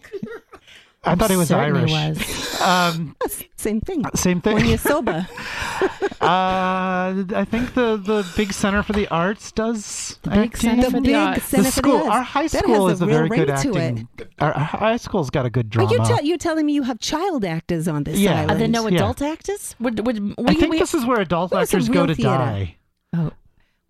Speaker 2: (laughs)
Speaker 4: I thought it was
Speaker 1: Certainly
Speaker 4: Irish.
Speaker 1: was.
Speaker 4: Um,
Speaker 2: That's same thing.
Speaker 4: (laughs) same thing.
Speaker 2: When you're
Speaker 4: (laughs)
Speaker 2: sober.
Speaker 4: Uh, I think the, the big center for the arts does
Speaker 1: big Center
Speaker 2: the
Speaker 1: for
Speaker 2: big
Speaker 1: the Arts.
Speaker 2: center
Speaker 4: the
Speaker 2: for
Speaker 4: school,
Speaker 2: the arts.
Speaker 4: our high
Speaker 2: That
Speaker 4: school
Speaker 2: has
Speaker 4: is a, very
Speaker 2: real
Speaker 4: good
Speaker 2: ring to it.
Speaker 4: acting. Our, our high school's got a good
Speaker 2: Are
Speaker 4: drama.
Speaker 2: you tell you're telling me you have child actors on this
Speaker 4: Yeah.
Speaker 1: Are
Speaker 2: island?
Speaker 1: there no
Speaker 4: Yeah.
Speaker 1: adult actors? Would, would, we,
Speaker 4: I think
Speaker 1: we-
Speaker 4: this is where adult
Speaker 2: Where's the
Speaker 4: actors go
Speaker 2: real
Speaker 4: to
Speaker 2: theater?
Speaker 4: die.
Speaker 1: oh,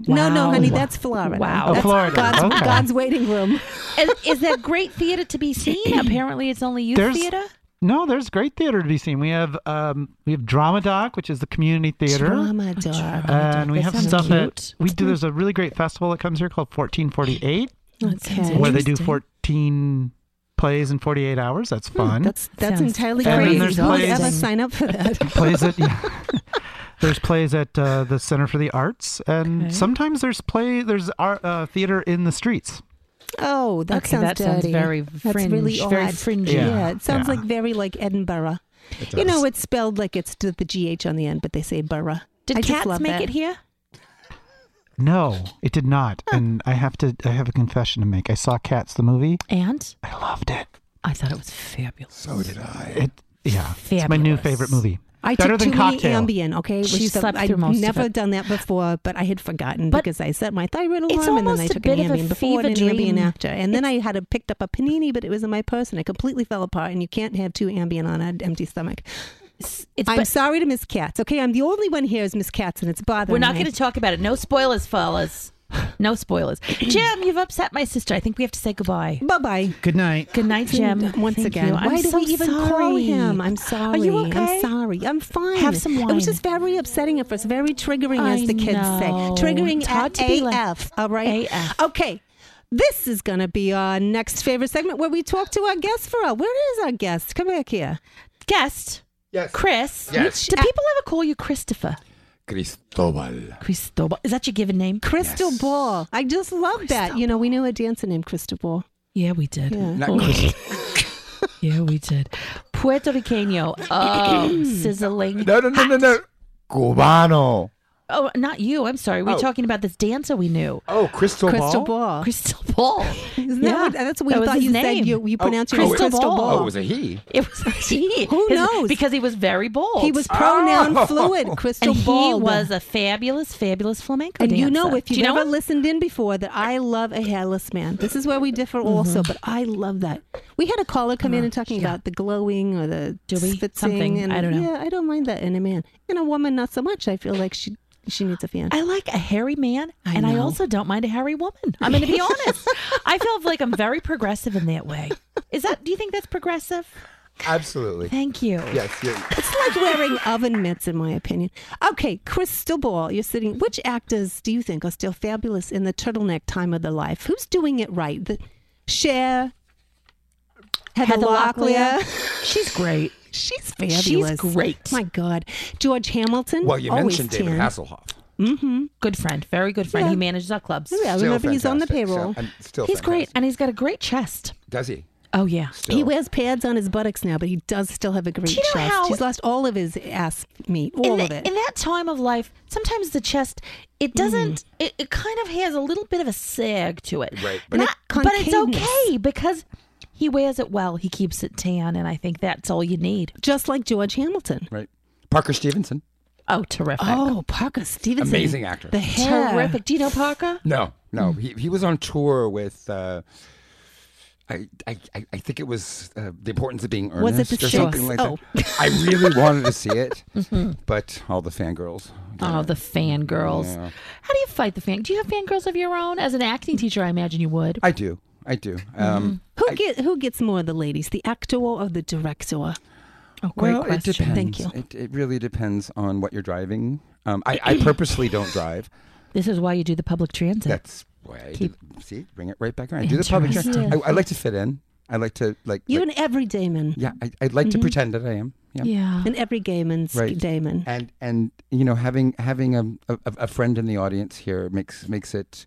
Speaker 2: No, no,
Speaker 1: wow.
Speaker 2: honey, that's Florida.
Speaker 1: Wow.
Speaker 4: Oh,
Speaker 2: That's
Speaker 4: Florida.
Speaker 2: God's,
Speaker 4: Okay.
Speaker 2: God's waiting room.
Speaker 1: is, is there great theater to be (clears throat) seen? Apparently, it's only youth
Speaker 4: There's-
Speaker 1: theater.
Speaker 4: No, there's great theater to be seen. We have um, we have Drama Doc, which is the community theater.
Speaker 2: Drama dog.
Speaker 4: and we
Speaker 1: That
Speaker 4: have
Speaker 1: sounds
Speaker 4: stuff
Speaker 1: cute.
Speaker 4: that we do. There's a really great festival that comes here called 1448,
Speaker 2: Okay.
Speaker 4: where they do
Speaker 1: Interesting. Hmm,
Speaker 4: 14 plays in 48 hours. That's fun.
Speaker 2: That's that's
Speaker 1: Sounds
Speaker 2: entirely
Speaker 4: And then
Speaker 2: crazy.
Speaker 4: there's
Speaker 2: Who would ever
Speaker 4: plays.
Speaker 2: sign up for that?
Speaker 4: (laughs) plays at yeah. (laughs) there's plays at uh, the Center for the Arts, and
Speaker 1: Okay.
Speaker 4: sometimes there's play there's art, uh, theater in the streets.
Speaker 2: Oh, that
Speaker 1: Okay,
Speaker 2: sounds
Speaker 1: that sounds
Speaker 2: dirty.
Speaker 1: very
Speaker 2: That's
Speaker 1: fringe,
Speaker 2: really
Speaker 1: very
Speaker 2: odd.
Speaker 1: fringy.
Speaker 2: Yeah,
Speaker 4: Yeah,
Speaker 2: it sounds
Speaker 4: yeah.
Speaker 2: like very like Edinburgh. You know, it's spelled like it's the, the GH on the end, but they say borough.
Speaker 1: Did
Speaker 2: I just
Speaker 1: cats
Speaker 2: love
Speaker 1: make
Speaker 2: that.
Speaker 1: it here?
Speaker 4: No, it did not, and I have to I have a confession to make. I saw Cats the movie.
Speaker 1: And
Speaker 4: I loved it.
Speaker 1: I thought it was fabulous.
Speaker 3: So Oh, did I.
Speaker 4: It yeah, it's my new
Speaker 1: Fabulous.
Speaker 4: favorite movie.
Speaker 2: I
Speaker 4: Better
Speaker 2: took
Speaker 4: than
Speaker 2: too
Speaker 4: cocktail.
Speaker 2: many Ambien. Okay,
Speaker 1: She
Speaker 2: which the-
Speaker 1: slept
Speaker 2: I'd
Speaker 1: through most of
Speaker 2: never
Speaker 1: it.
Speaker 2: done that before, but I had forgotten
Speaker 1: But
Speaker 2: because I set my thyroid
Speaker 1: it's
Speaker 2: alarm and then
Speaker 1: almost
Speaker 2: I
Speaker 1: a
Speaker 2: took
Speaker 1: bit
Speaker 2: an
Speaker 1: of a
Speaker 2: Ambien before and an
Speaker 1: fever dream.
Speaker 2: Ambien after, and then I had a, picked up a panini, but it was in my purse and I completely fell apart. And you can't have two Ambien on an empty stomach.
Speaker 1: It's, it's-
Speaker 2: I'm
Speaker 1: but
Speaker 2: sorry to Miss Katz. Okay, I'm the only one here is Miss Katz, and it's bothering
Speaker 1: we're not
Speaker 2: me.
Speaker 1: going to talk about it. No spoilers, fellas. No (clears throat) spoilers. Jim, you've upset my sister. I think we have to say goodbye.
Speaker 2: Bye bye.
Speaker 4: Good night.
Speaker 1: Good night, Jim.
Speaker 2: Once
Speaker 1: Thank
Speaker 2: again,
Speaker 1: you.
Speaker 2: why
Speaker 1: I'm
Speaker 2: do
Speaker 1: so
Speaker 2: we even call
Speaker 1: sorry.
Speaker 2: him? I'm sorry.
Speaker 1: Are you okay?
Speaker 2: I'm sorry. I'm fine.
Speaker 1: Have some
Speaker 2: It
Speaker 1: wine.
Speaker 2: was just very upsetting at first. Very triggering,
Speaker 1: I
Speaker 2: as the kids
Speaker 1: know.
Speaker 2: say. Triggering
Speaker 1: It's hard
Speaker 2: at
Speaker 1: to be like-
Speaker 2: AF. all right.
Speaker 1: AF.
Speaker 2: Okay. This is going to be our next favorite segment where we talk to our guest for a. Where is our guest? Come back here.
Speaker 1: Guest,
Speaker 3: Yes.
Speaker 1: Chris.
Speaker 3: Yes.
Speaker 1: Do people ever call you Christopher?
Speaker 3: Cristobal.
Speaker 1: Cristobal. Is that your given name?
Speaker 2: Crystal Ball. I just love that. You know, we knew a dancer named Crystal Ball.
Speaker 1: Yeah, we did.
Speaker 2: Yeah.
Speaker 3: Not
Speaker 1: Oh,
Speaker 3: Chris. (laughs)
Speaker 1: yeah, we did. Puerto Riqueño. Oh, sizzling.
Speaker 3: No, no, no, no, no. Cubano.
Speaker 1: Oh, not you. I'm sorry. We're
Speaker 3: Oh.
Speaker 1: talking about this dancer we knew.
Speaker 3: Oh, Crystal
Speaker 2: Crystal
Speaker 3: Ball.
Speaker 2: Ball.
Speaker 1: Crystal Ball.
Speaker 2: Isn't that
Speaker 1: Yeah.
Speaker 2: what, that's what
Speaker 1: That
Speaker 2: we
Speaker 1: was
Speaker 2: thought
Speaker 1: his
Speaker 2: you
Speaker 1: name.
Speaker 2: said. You, you
Speaker 3: Oh,
Speaker 2: pronounced your
Speaker 1: oh,
Speaker 2: name
Speaker 1: Crystal
Speaker 2: Crystal
Speaker 1: Ball.
Speaker 2: Ball.
Speaker 3: Oh, was it he?
Speaker 1: It was he.
Speaker 2: Who
Speaker 1: His-
Speaker 2: knows?
Speaker 1: Because he was very bold.
Speaker 2: He was pronoun
Speaker 3: Oh. (laughs)
Speaker 2: fluid, crystal
Speaker 1: and he
Speaker 2: ball.
Speaker 1: was a fabulous, fabulous flamenco
Speaker 2: and you know,
Speaker 1: dancer.
Speaker 2: if you've
Speaker 1: Do you know
Speaker 2: ever
Speaker 1: him?
Speaker 2: listened in before, that I love a hairless man. This is where we differ
Speaker 1: Mm-hmm.
Speaker 2: also, but I love that. We had a caller come in and talking about the glowing or the
Speaker 1: Uh-huh. Do we?
Speaker 2: spitzing
Speaker 1: Something.
Speaker 2: And,
Speaker 1: I don't know.
Speaker 2: Yeah, I don't mind that in a man. In a woman, not so much. I feel like she she needs a fan.
Speaker 1: I like a hairy man,
Speaker 2: I
Speaker 1: and I
Speaker 2: know.
Speaker 1: also don't mind a hairy woman. I'm going to be honest. (laughs) I feel like I'm very progressive in that way. Is that? Do you think that's progressive?
Speaker 3: Absolutely.
Speaker 1: Thank you.
Speaker 3: Yes. yes.
Speaker 2: it's like wearing oven mitts, in my opinion. Okay, crystal ball. You're sitting. Which actors do you think are still fabulous in the turtleneck time of their lilife? Who's doing it right? The Cher. Heather,
Speaker 1: Heather Locklear.
Speaker 2: Locklear.
Speaker 1: She's great.
Speaker 2: She's fabulous.
Speaker 1: great.
Speaker 2: My God. George Hamilton.
Speaker 3: Well, you
Speaker 2: always
Speaker 3: mentioned David
Speaker 2: 10.
Speaker 3: Hasselhoff.
Speaker 1: Good friend. Very good friend. He manages our clubs.
Speaker 2: Oh, Yeah, I
Speaker 3: Still
Speaker 2: remember he's on the
Speaker 3: fantastic.
Speaker 2: payroll.
Speaker 3: Still, and still
Speaker 1: He's great,
Speaker 3: fantastic.
Speaker 1: and he's got a great chest.
Speaker 3: Does he?
Speaker 1: Oh yeah.
Speaker 2: He
Speaker 3: Still.
Speaker 2: wears pads on his buttocks now, but he does still have a great
Speaker 1: Do you know
Speaker 2: chest.
Speaker 1: how-
Speaker 2: He's lost all of his ass meat, all
Speaker 1: in,
Speaker 2: of
Speaker 1: the-
Speaker 2: it.
Speaker 1: in that time of life, sometimes the chest it doesn't. It, it kind of has a little bit of a sag to it.
Speaker 3: Right,
Speaker 1: But,
Speaker 3: but-
Speaker 1: Not,
Speaker 2: Like
Speaker 1: but it's
Speaker 2: concaveness.
Speaker 1: okay because he wears it well. He keeps it tan, and I think that's all you need.
Speaker 2: Just like George Hamilton.
Speaker 3: Right. Parker Stevenson.
Speaker 1: Oh, terrific!
Speaker 2: Oh, Parker Stevenson.
Speaker 3: Amazing actor.
Speaker 2: The hair.
Speaker 1: terrific. Do you know Parker?
Speaker 3: No,
Speaker 2: Hmm.
Speaker 3: no. He, he was on tour with. Uh, I, I I I think it was uh, the importance of being earnest
Speaker 2: Was it the
Speaker 3: or
Speaker 2: Shakes?
Speaker 3: something like
Speaker 2: Oh. Mm-hmm.
Speaker 3: that. I
Speaker 2: (laughs)
Speaker 3: really wanted to see it, but all the fangirls.
Speaker 1: Oh, the fangirls.
Speaker 3: Yeah.
Speaker 1: How do you fight the fan? Do you have fangirls of your own? As an acting teacher, I imagine you would.
Speaker 3: I do, I do.
Speaker 2: Mm-hmm.
Speaker 3: Um,
Speaker 2: Who, get, who gets more of the ladies, the actor or the director?
Speaker 1: Oh, great
Speaker 3: Well, it
Speaker 1: question.
Speaker 3: depends.
Speaker 2: Thank you.
Speaker 3: It, it really depends on what you're driving. Um, I, I purposely don't
Speaker 2: (laughs)
Speaker 3: drive.
Speaker 1: This is why you do the public transit.
Speaker 3: That's why. I
Speaker 1: Keep-
Speaker 3: do- see, bring it right back around. I do the public. trans-
Speaker 1: Interesting.
Speaker 3: I, I like to fit in. I like to like.
Speaker 2: You're
Speaker 3: like-
Speaker 2: an everyday man.
Speaker 3: yeah, I, I'd like to pretend that I am. Yeah.
Speaker 1: yeah.
Speaker 2: An everyday man's
Speaker 3: Right.
Speaker 2: gay man.
Speaker 3: and and you know having having a, a a friend in the audience here makes makes it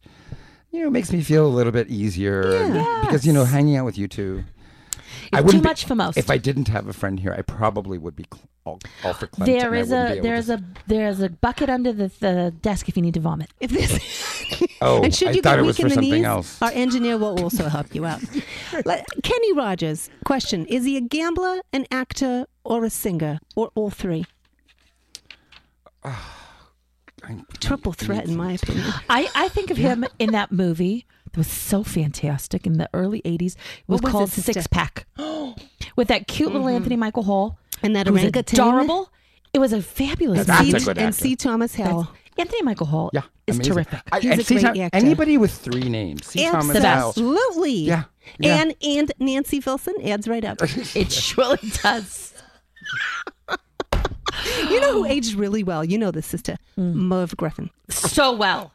Speaker 3: you know makes me feel a little bit easier and-
Speaker 2: Yeah.
Speaker 3: because you know hanging out with you two I
Speaker 1: It's too
Speaker 3: wouldn't be-
Speaker 1: much for most.
Speaker 3: if I didn't have a friend here I probably would be cl- all, all for Clem
Speaker 1: There is a there is a there is a bucket under the, the desk if you need to vomit.
Speaker 2: If this, (laughs)
Speaker 3: Oh,
Speaker 2: and should
Speaker 3: I
Speaker 2: you
Speaker 3: thought
Speaker 2: get
Speaker 3: it
Speaker 2: weak
Speaker 3: was
Speaker 2: in
Speaker 3: for
Speaker 2: the
Speaker 3: something
Speaker 2: knees,
Speaker 3: else.
Speaker 2: our engineer will also help you
Speaker 3: (laughs)
Speaker 2: out. Like, Kenny Rogers, question: Is he a gambler, an actor, or a singer, or all three? Triple threat, in my opinion.
Speaker 1: I, I think of (laughs) him in that movie that was so fantastic in the early 80s. It was,
Speaker 2: What was
Speaker 1: called Mm-hmm.
Speaker 2: it, sister?
Speaker 1: Six Pack. (gasps) With that cute little Anthony Michael Hall.
Speaker 2: And that
Speaker 1: who was
Speaker 2: orangutan?
Speaker 1: adorable. It was a fabulous
Speaker 3: That's
Speaker 1: movie.
Speaker 3: a good
Speaker 2: and
Speaker 3: actor.
Speaker 2: C. Thomas Howell.
Speaker 1: Anthony Michael Hall
Speaker 3: yeah
Speaker 1: is (laughs)
Speaker 3: amazing.
Speaker 1: terrific.
Speaker 3: I,
Speaker 2: He's
Speaker 3: and
Speaker 2: a
Speaker 3: see
Speaker 2: great
Speaker 3: Tom-
Speaker 2: actor.
Speaker 3: anybody with three names see Thomas Howell.
Speaker 2: Absolutely.
Speaker 3: yeah yeah
Speaker 2: And and Nancy Wilson adds right
Speaker 3: (laughs)
Speaker 2: up.
Speaker 1: it surely does.
Speaker 2: you
Speaker 1: (gasps)
Speaker 2: know who aged really well? You know this sister,
Speaker 1: Hmm.
Speaker 2: Merv Griffin.
Speaker 1: So well.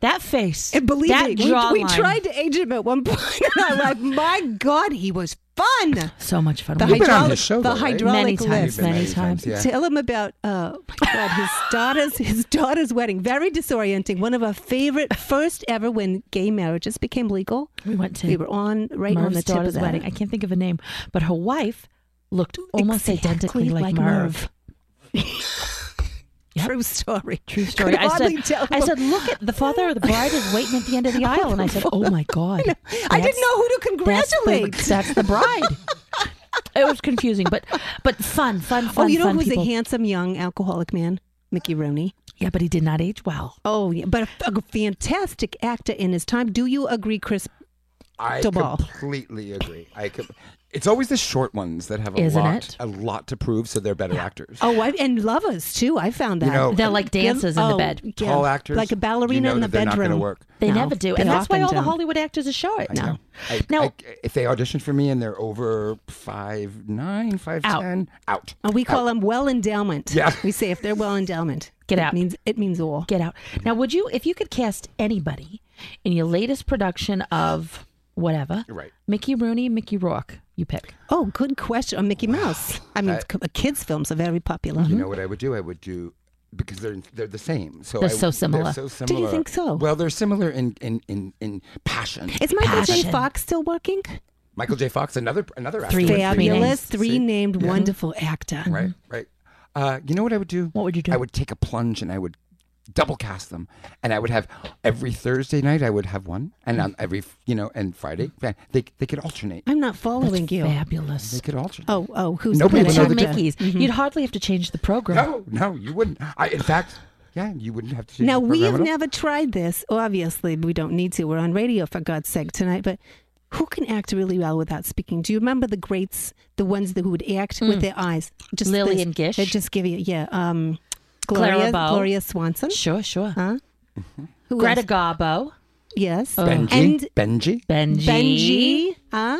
Speaker 1: That face.
Speaker 2: And believe
Speaker 1: that
Speaker 2: me,
Speaker 1: jawline.
Speaker 2: we, we tried to age him at one (laughs) point in our life. My God, he was fun.
Speaker 1: So much fun.
Speaker 2: The
Speaker 1: We-
Speaker 3: You've been on
Speaker 2: hydraulic-
Speaker 3: his show,
Speaker 2: the
Speaker 3: though, right?
Speaker 2: hydraulic
Speaker 1: Many
Speaker 2: lift.
Speaker 1: times,
Speaker 3: You've been
Speaker 1: many times.
Speaker 3: yeah.
Speaker 2: Tell him about oh my
Speaker 1: (laughs)
Speaker 2: God, his daughter's his daughter's wedding. Very disorienting. One of our favorite first ever when gay marriages became legal.
Speaker 1: we went to
Speaker 2: We were on right on
Speaker 1: Merv's
Speaker 2: the tip of
Speaker 1: daughter's
Speaker 2: that.
Speaker 1: wedding. I can't think of a name, but her wife looked almost
Speaker 2: Exactly
Speaker 1: identically like, Merv. Yep.
Speaker 2: True story.
Speaker 1: True story.
Speaker 2: Could
Speaker 1: I
Speaker 2: hardly
Speaker 1: said,
Speaker 2: tell
Speaker 1: I
Speaker 2: them.
Speaker 1: said, look at the father of the bride is waiting at the end of
Speaker 2: (laughs)
Speaker 1: the aisle, and I said, oh my god,
Speaker 2: I didn't
Speaker 1: that's-
Speaker 2: know who to
Speaker 1: that's the-
Speaker 2: congratulate.
Speaker 1: (laughs) That's the, bride. it was confusing, but but fun, fun, fun.
Speaker 2: oh, you know
Speaker 1: fun
Speaker 2: who's
Speaker 1: people.
Speaker 2: a handsome young alcoholic man? Mickey Rooney.
Speaker 1: Yeah, but he did not age well.
Speaker 2: Oh, yeah, but a, a fantastic actor in his time. Do you agree, Chris?
Speaker 3: I
Speaker 2: to ball.
Speaker 3: completely agree. I com- it's always the short ones that have a
Speaker 1: Isn't
Speaker 3: lot
Speaker 1: it?
Speaker 3: a lot to prove, so they're better actors.
Speaker 2: Oh, I, and lovers too. I found that.
Speaker 3: You know,
Speaker 1: They're like dancers in the
Speaker 2: Oh,
Speaker 1: bed.
Speaker 2: yeah.
Speaker 3: Tall actors,
Speaker 2: like a
Speaker 3: you
Speaker 2: ballerina
Speaker 3: know
Speaker 2: in the
Speaker 3: that they're not gonna
Speaker 2: bedroom.
Speaker 3: work.
Speaker 1: They
Speaker 2: No,
Speaker 1: never do,
Speaker 2: they
Speaker 1: and that's why
Speaker 2: often
Speaker 1: all the
Speaker 2: don't.
Speaker 1: Hollywood actors are short.
Speaker 3: I
Speaker 1: now.
Speaker 3: know. I,
Speaker 1: Now-
Speaker 3: I- if they audition for me and they're over five nine, five ten,
Speaker 1: Out.
Speaker 3: out.
Speaker 2: And Oh, we call them well endowment.
Speaker 3: Yeah.
Speaker 2: (laughs) We say if they're well endowment,
Speaker 1: Get
Speaker 2: it
Speaker 1: out.
Speaker 2: means it means all.
Speaker 1: Get out.
Speaker 3: Mm-hmm.
Speaker 1: Now, would you, if you could cast anybody in your latest production of whatever,
Speaker 3: You're right.
Speaker 1: Mickey Rooney, Mickey Rourke, you pick.
Speaker 2: Oh, good question. Or Mickey Mouse. I mean,
Speaker 3: That-
Speaker 2: c- uh, kids' films are very popular.
Speaker 3: You know what I would do? I would do because they're they're the same. So
Speaker 1: They're
Speaker 3: I-
Speaker 1: so similar.
Speaker 3: They're so similar.
Speaker 2: Do you think so?
Speaker 3: Well, they're similar in in in, in passion.
Speaker 2: Is Michael J.
Speaker 1: Passion.
Speaker 2: Fox still working?
Speaker 3: Michael J. Fox, another another actor.
Speaker 1: Three-
Speaker 3: with
Speaker 1: three names.
Speaker 2: Fabulous,
Speaker 3: See?
Speaker 2: three named,
Speaker 3: Yeah.
Speaker 2: wonderful actor.
Speaker 3: Right, right. Uh, you know what I would do?
Speaker 1: What would you do?
Speaker 3: I would take a plunge and I would double cast them, and I would have every Thursday night I would have one, and
Speaker 2: Mm.
Speaker 3: on every you know, and Friday yeah, they they could alternate.
Speaker 2: I'm not following Oh, you.
Speaker 3: They
Speaker 1: Fabulous.
Speaker 3: could alternate.
Speaker 2: Oh, oh, who's
Speaker 3: Nobody
Speaker 2: the
Speaker 3: would
Speaker 2: good
Speaker 3: know
Speaker 1: Two
Speaker 3: the
Speaker 2: actor?
Speaker 3: difference.
Speaker 1: Mickeys. You'd hardly have to change the program.
Speaker 3: No, no, you wouldn't. I, in fact, yeah, you wouldn't have to. change
Speaker 2: Now
Speaker 3: the
Speaker 2: we
Speaker 3: program
Speaker 2: have
Speaker 3: at all.
Speaker 2: never tried this. Obviously, we don't need to. We're on radio for God's sake tonight. But who can act really well without speaking? Do you remember the greats, the ones that who would act with their eyes? Just
Speaker 1: Hmm. Lily
Speaker 2: this-
Speaker 1: and Gish.
Speaker 2: They just give you yeah. Um,
Speaker 1: Clara
Speaker 2: Gloria,
Speaker 1: Bow.
Speaker 2: Gloria Swanson.
Speaker 1: Sure, sure.
Speaker 3: Mm-hmm.
Speaker 2: Who
Speaker 1: Greta Oh.
Speaker 2: else?
Speaker 1: Garbo,
Speaker 2: Yes.
Speaker 3: Benji,
Speaker 2: uh, And (laughs)
Speaker 3: Benji.
Speaker 1: Benji.
Speaker 2: Benji. Huh?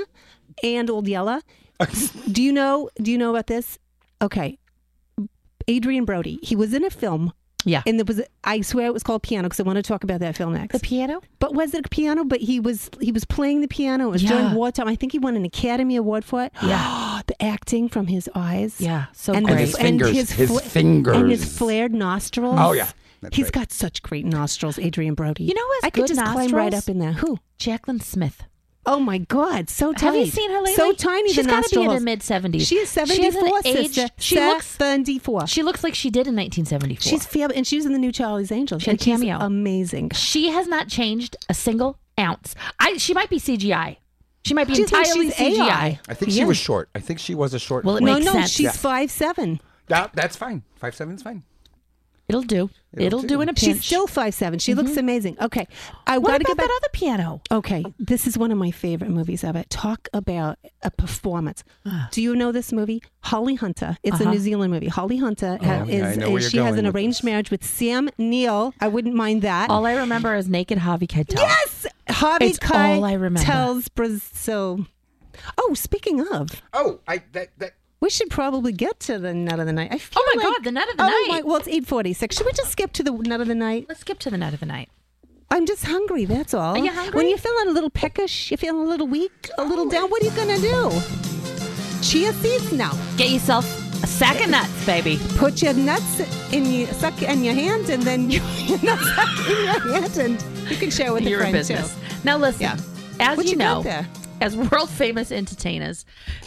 Speaker 2: And Old Yella. do you know? Do you know about this? Okay. Adrian Brody. He was in a film.
Speaker 1: Yeah.
Speaker 2: And there was, a- I swear it was called Piano because I want to talk about that film next.
Speaker 1: the piano?
Speaker 2: But was it a piano? But he was he was playing the piano. It was
Speaker 1: Yeah.
Speaker 2: during wartime. I think he won an Academy Award for it.
Speaker 1: Yeah.
Speaker 2: (gasps) the acting from his eyes.
Speaker 1: Yeah. So
Speaker 2: And,
Speaker 3: And
Speaker 1: great.
Speaker 3: his fingers, his
Speaker 2: and his
Speaker 3: fingers.
Speaker 2: flared nostrils.
Speaker 3: Oh, yeah.
Speaker 2: he's
Speaker 3: That's right.
Speaker 2: got such great nostrils, Adrian Brody.
Speaker 1: You know who has
Speaker 2: I could
Speaker 1: good
Speaker 2: just climb right
Speaker 1: nostrils?
Speaker 2: up in there. Who?
Speaker 1: Jacqueline Smith.
Speaker 2: Oh my God, so tiny.
Speaker 1: Have you seen her lately?
Speaker 2: So tiny.
Speaker 1: She's
Speaker 2: the
Speaker 1: got to be in
Speaker 2: nostrils.
Speaker 1: her mid seventies.
Speaker 2: She is seventy-four. sister.
Speaker 1: She looks.
Speaker 2: seventy-four.
Speaker 1: She looks like she did in 1974.
Speaker 2: She's fab, and she was in the new Charlie's Angels.
Speaker 1: She had
Speaker 2: and
Speaker 1: a
Speaker 2: she's
Speaker 1: cameo.
Speaker 2: amazing.
Speaker 1: she has not changed a single ounce. I. She might be CGI. She might be
Speaker 2: She's like
Speaker 1: entirely
Speaker 2: she's
Speaker 1: CGI.
Speaker 2: AI.
Speaker 3: I think she
Speaker 2: Yeah.
Speaker 3: was short. I think she was a short.
Speaker 1: Well, it
Speaker 2: No,
Speaker 1: Makes
Speaker 2: no,
Speaker 1: sense.
Speaker 2: she's
Speaker 3: Yeah.
Speaker 2: five seven.
Speaker 3: That- that's fine. Five seven is fine.
Speaker 1: It'll do. It'll,
Speaker 3: It'll
Speaker 1: do.
Speaker 3: do.
Speaker 1: in a pinch.
Speaker 2: She's still five seven. She looks amazing. Okay, I
Speaker 1: Mm-hmm. What
Speaker 2: got to
Speaker 1: about
Speaker 2: get back.
Speaker 1: that other piano?
Speaker 2: Okay, this is one of my favorite movies ever. Talk about a performance.
Speaker 3: Ah.
Speaker 2: Do you know this movie? Holly Hunter. It's
Speaker 1: Uh-huh.
Speaker 2: a New Zealand movie. Holly Hunter ha-
Speaker 3: Oh, yeah, I
Speaker 2: is,
Speaker 3: know where
Speaker 2: is-
Speaker 3: you're
Speaker 2: she has
Speaker 3: going
Speaker 2: an
Speaker 3: with
Speaker 2: arranged
Speaker 3: this.
Speaker 2: marriage with Sam Neill. I wouldn't mind that.
Speaker 1: All I remember is naked Javi Keitel.
Speaker 2: yes, Harvey
Speaker 1: It's all I remember.
Speaker 2: tells Brazil. Oh, speaking of,
Speaker 3: Oh, I that that.
Speaker 2: we should probably get to the nut of the night. I feel
Speaker 1: Oh my
Speaker 2: like-
Speaker 1: God, the nut of the
Speaker 2: oh
Speaker 1: night.
Speaker 2: My, well, it's eight forty six. Should we just skip to the nut of the night?
Speaker 1: Let's skip to the night of the night.
Speaker 2: I'm just hungry. That's all.
Speaker 1: you hungry?
Speaker 2: When you're feeling a little peckish, you're feeling a little weak, a little down. What are you gonna do? Chia seeds now.
Speaker 1: Get yourself a sack of nuts, baby.
Speaker 2: Put your nuts in your suck in your hand, and then (laughs) you your nuts suck in your hand, and you can share with a
Speaker 1: You're
Speaker 2: friend
Speaker 1: in business.
Speaker 2: too.
Speaker 1: Now listen,
Speaker 2: Yeah.
Speaker 1: as
Speaker 2: What
Speaker 1: you,
Speaker 2: you got
Speaker 1: know,
Speaker 2: there?
Speaker 1: as world famous entertainers,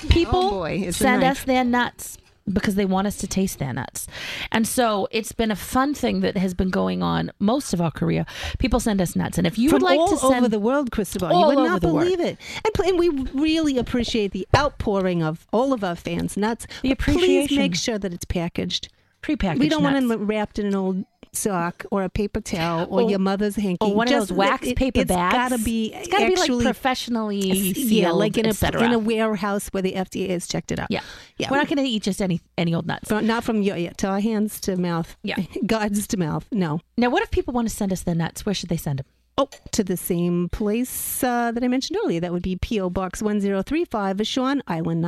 Speaker 1: people
Speaker 2: Oh, boy, it's a
Speaker 1: send
Speaker 2: knife.
Speaker 1: us their nuts because they want us to taste their nuts. And so it's been a fun thing that has been going on most of our career. People send us nuts. And if you
Speaker 2: From
Speaker 1: would like
Speaker 2: all
Speaker 1: to send
Speaker 2: over the world, Cristobal,
Speaker 1: All
Speaker 2: you would
Speaker 1: over
Speaker 2: not
Speaker 1: the world.
Speaker 2: believe it. And, pl- and we really appreciate the outpouring of all of our fans' nuts.
Speaker 1: The
Speaker 2: But Please
Speaker 1: appreciation.
Speaker 2: make sure that it's packaged.
Speaker 1: prepackaged
Speaker 2: we don't
Speaker 1: nuts.
Speaker 2: want them wrapped in an old sock or a paper towel or,
Speaker 1: Or-
Speaker 2: your mother's hanky.
Speaker 1: or one of
Speaker 2: Just
Speaker 1: those wax
Speaker 2: that it-
Speaker 1: paper bags.
Speaker 2: It's gotta be.
Speaker 1: It's gotta be like
Speaker 2: actually-
Speaker 1: professionally sealed,
Speaker 2: yeah, like in
Speaker 1: et
Speaker 2: a
Speaker 1: cetera.
Speaker 2: in a warehouse where the FDA has checked it out.
Speaker 1: yeah,
Speaker 2: yeah.
Speaker 1: We're not going to eat just any any old nuts.
Speaker 2: From- not from your yeah, to our hands to mouth.
Speaker 1: Yeah.
Speaker 2: (laughs) God's to mouth. No.
Speaker 1: Now, what if people want to send us their nuts? Where should they send them?
Speaker 2: Oh, to the same place uh, that I mentioned earlier. That would be P.O. Box 1035, Vashon, Island